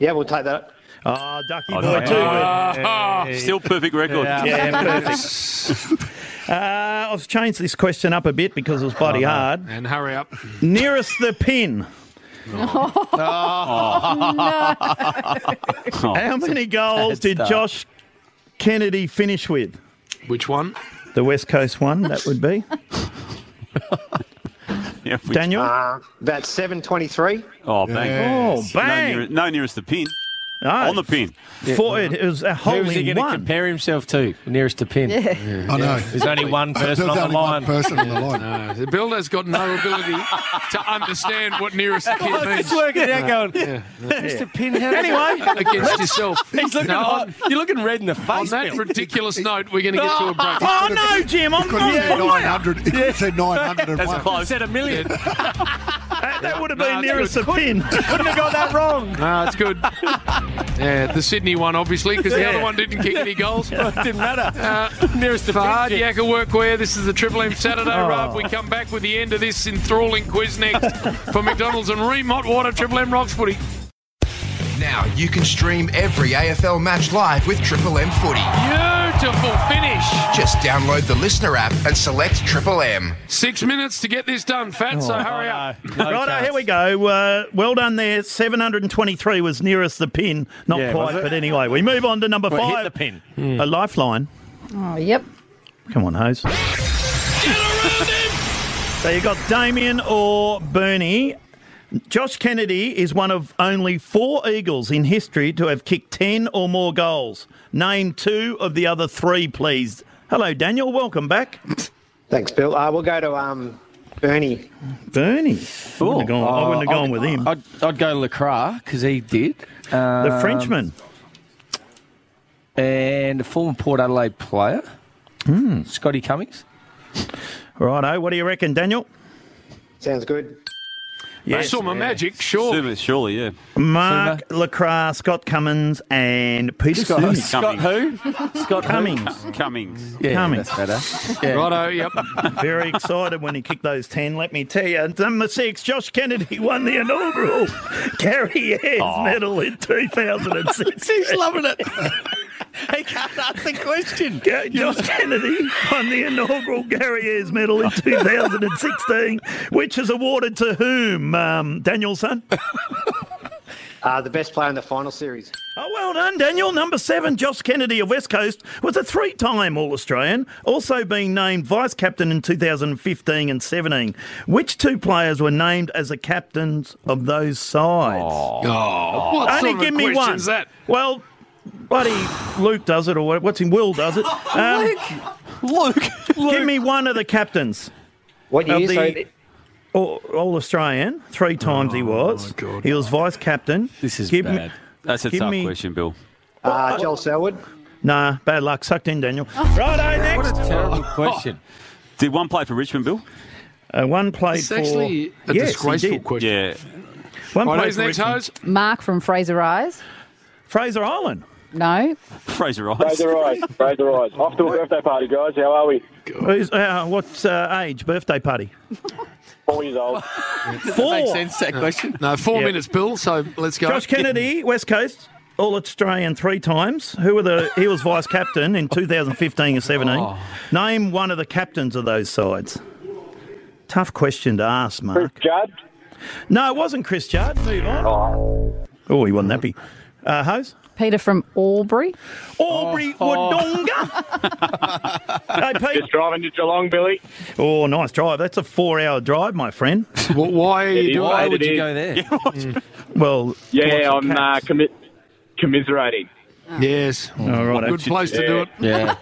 Yeah, we'll take that.
Oh, Ducky
Oh,
boy,
no.
too.
Ah,
Yeah.
still perfect record.
Yeah, yeah, perfect. Uh, I've changed this question up a bit because it was bloody hard.
And hurry up.
Nearest the pin.
Oh.
How many goals did Josh Kennedy finish with?
Which one?
The West Coast one, that would be. Daniel?
Uh, about 723.
Oh, bang.
Yes.
Oh, bang.
No, near- no nearest the pin.
No.
On the pin.
Four- it was a hole
Who's he
in
gonna
one.
compare himself to? Nearest to pin.
Yeah. I know.
There's only one
There's
person on
only
the
one
line.
person on the
line. No, the builder's got no ability to understand what nearest the
Oh,
kid means.
just working it out, going,
Yeah.
Mr. Pinhead.
Anyway. Against yourself.
He's looking
No,
hot.
on-
You're looking red in the face.
On that
Bill.
ridiculous note, we're going to get to a break.
Oh, no, Jim, I'm
It could have
not-
said 900. It could have said 901.
said a million.
That would have
No,
been
it's
nearest the pin. Couldn't
have got that wrong.
No, it's good. Yeah, the Sydney one, obviously, because the
Yeah.
other one didn't kick any goals. Uh,
It didn't matter. Nearest to
Hard
Fiji.
Yakka Workwear. This is the Triple M Saturday
Oh.
Rub. We come back with the end of this enthralling quiz next from McDonald's and Remont Water Triple M Rocks Footy.
Now you can stream every AFL match live with Triple M Footy.
Beautiful finish.
Just download the Listener app and select Triple M.
Six minutes to get this done, Fat, so hurry up.
Righto, here we go. Uh, well done there. 723 was nearest the pin. Not
Yeah, was
quite,
it?
but anyway. We move on to number
Well, hit
five.
the pin.
A lifeline.
Oh, yep.
Come on, Hose. so you got Damien or Bernie. Josh Kennedy is one of only four Eagles in history to have kicked 10 or more goals. Name two of the other three, please. Hello, Daniel. Welcome back.
Thanks, Bill. Uh, we'll go to um, Bernie.
Bernie. I wouldn't have gone, I wouldn't have gone with him.
Uh, I'd, I'd go Lacroix because he did. Um,
the Frenchman.
and a former Port Adelaide player,
Hmm.
Scotty Cummings.
Righto, what do you reckon, Daniel?
Sounds good.
Yes.
Saw my magic, sure.
Surely, surely, yeah.
Mark Lacroix, Scott Cummins, and Peter
Scott-
Smith.
Scott
who? Scott
Cummings.
Cummings.
Cummings. Yeah.
Righto, yep.
Very excited when he kicked those 10, let me tell you. Number six, Josh Kennedy won the inaugural Carrie Ayres
Aw.
medal in 2006.
He's loving
it. He can't ask the question. Josh Kennedy won the inaugural Gary Ayres medal in 2016, which is awarded to whom, um, Danielson?
Uh, the best player in the final series.
Oh, well done, Daniel. Number seven, Josh Kennedy of West Coast was a three time All Australian, also being named vice captain in 2015 and 17. Which two players were named as the captains of those sides?
Oh, what
Only
sort of a
give me
question
one.
is that?
Well, bloody Luke does it, or what- what's in Will does it. Luke, Luke, Give me one of the captains.
What
of
year?
the-
Sorry,
All, all Australian, three times he
Oh,
was. He was vice captain. This is give Me,
Bad. That's a
give
tough
me-
question, Bill.
uh, Joel Selwood. Oh.
Nah, bad luck. Sucked in, Daniel. Righto, next. What a terrible
question. Did one play for Richmond, Bill?
Uh, one played
It's
for.
actually a
yes, he
disgraceful
did.
question. Yeah.
One
Righto,
played
who's
for
next,
Richmond.
Mark from Fraser Eyes.
Fraser Island.
No.
Fraser Eyes.
Raise your eyes. Raise your eyes. Off to a birthday party, guys. How are we?
Who's, uh, what uh, age? Birthday party.
Four years old.
Four.
No. No, four
Yeah.
minutes, Bill, so let's go.
Josh Kennedy, West Coast, All Australian three times. Who were the? He was vice captain in 2015 and 17.
Oh.
Name one of the captains of those sides. Tough question to ask, Mark.
Judd.
No, it wasn't Chris Judd. Move on. Oh, he wasn't happy. Uh, Hose?
Peter from Albury.
Aubrey
Oh,
Wodonga. hey, Pete. Just
driving to Geelong, Billy.
Oh, nice drive. That's a four-hour drive, my friend.
why
It is doing- why would it you is. go there?
well,
Yeah,
towards
I'm
the
uh,
Cats.
commi- commiserating.
Yes.
All right.
Good place to do it.
Yeah.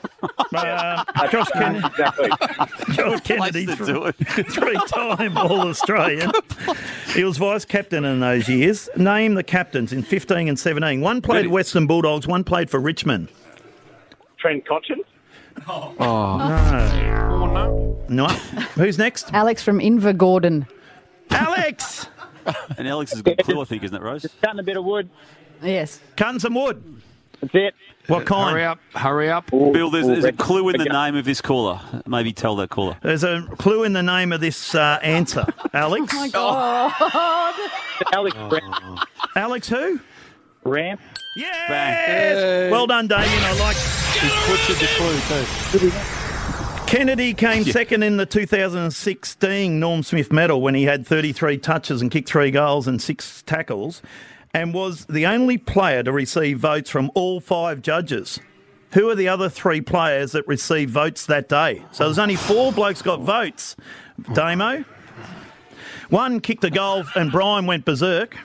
Uh, Josh Kennedy.
Exactly.
Josh Kennedy, three-time All Australian. He was vice captain in those years. Name the captains in 15 and 17. One played Western Bulldogs. One played for Richmond.
Trent Cotchin.
Oh no! No. Who's next?
Alex from Invergordon.
Alex.
And Alex has got a clue, I think, isn't it, Rose?
Cutting a bit of wood.
Yes.
Cutting some wood.
That's it.
What kind?
Hurry up! Hurry up!
Bill, there's, there's a clue in the name of this caller. Maybe tell that caller.
There's a clue in the name of this uh, answer, Alex.
God.
Alex Brown. Alex who? Ramp. Yes.
Yay.
Well done, Damien. I like. He butchered the clue too. Kennedy came second in the 2016 Norm Smith medal when he had 33 touches and kicked three goals and six tackles, and was the only player to receive votes from all five judges. Who are the other three players that received votes that day? So there's only four blokes got votes. Damo. One kicked a goal and Brian went berserk.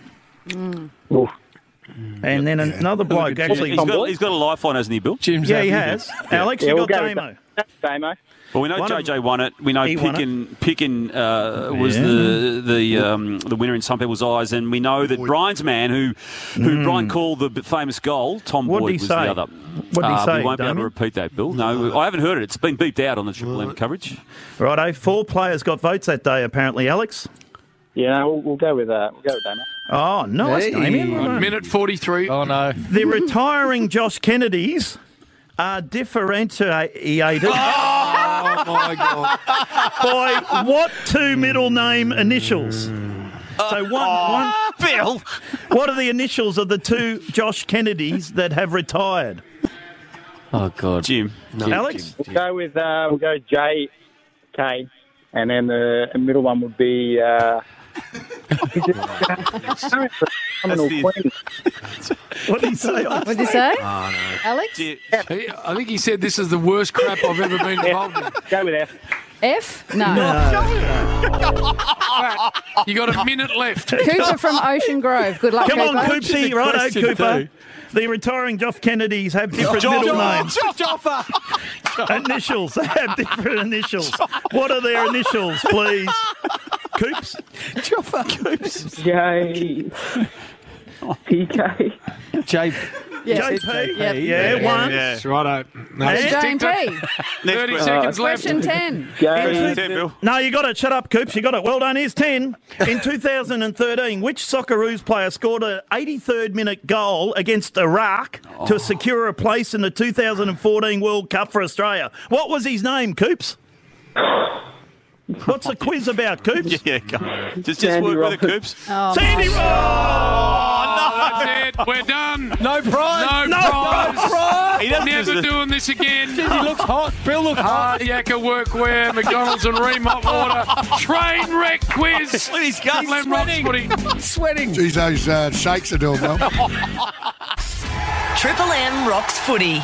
And then another bloke actually.
he's got, he's got a lifeline, hasn't he, Bill? Jim's
yeah, he has. Alex, you got Damo.
Damo.
Well, we know
One of-
JJ won it. We know
He won
Pickin Pickin uh, was
Yeah.
the the um, the winner in some people's eyes, and we know that Brian's man, who who
Mm.
Brian called the b- famous goal, Tom
What'd
Boyd
he
was
say?
the other.
What'd he
uh,
say,
We won't be able
Damien?
to repeat that, Bill. No, I haven't heard it. It's been beeped out on the Triple M coverage.
Righto, four players got votes that day, apparently, Alex.
Yeah, we'll, we'll go with uh, we'll go with Damo.
Oh, nice,
Hey.
Damien. Well done.
Minute 43. Oh, no.
The retiring Josh Kennedys are differentiated
Oh, my God.
by what two middle name initials? So one, one,
Bill.
What are the initials of the two Josh Kennedys that have retired?
Oh God,
Jim,
Alex?
We'll go with uh, we'll go J K, and then the middle one would be. Uh, Criminal
the-
Queen.
What did he say? What
did he say?
Oh, no.
Alex?
He- I think he said this is the worst crap I've ever been involved in.
Go with F.
F? No.
You got a minute left.
Cooper from Ocean Grove. Good luck,
Come on,
Cooper.
Coopsy. Righto,
question,
Cooper.
too.
The retiring Josh Kennedys have different
Joff-
middle
Joff-
names. initials. They have different initials. What are their initials, please? Coops?
Joffa Coops. Yay. PK.
J.
Yeah,
JP?
Yeah,
Yeah, one.
Yes, righto. No,
And-
stick to- 30 seconds left.
Question 10.
In two- No, you got it. Shut up, Coops. You got it. Well done. Here's 10. In 2013, which Socceroos player scored an 83rd minute goal against Iraq to secure a place in the 2014 World Cup for Australia? What was his name, Coops? What's the quiz about, Coops?
Yeah, come on. Just, just work with the Coops.
Sandy
Oh, that's it. We're done.
No prize.
No,
No
prize.
prize. He doesn't
Never
deserve-
doing this again. Ah, he
looks hot. Bill looks
hot. Yakka workwear, McDonald's and Remont water. Train wreck quiz.
Look at his
gut. Glen Rocks footy.
Sweating. Geez, those uh, shakes are doing well.
Triple M rocks footy.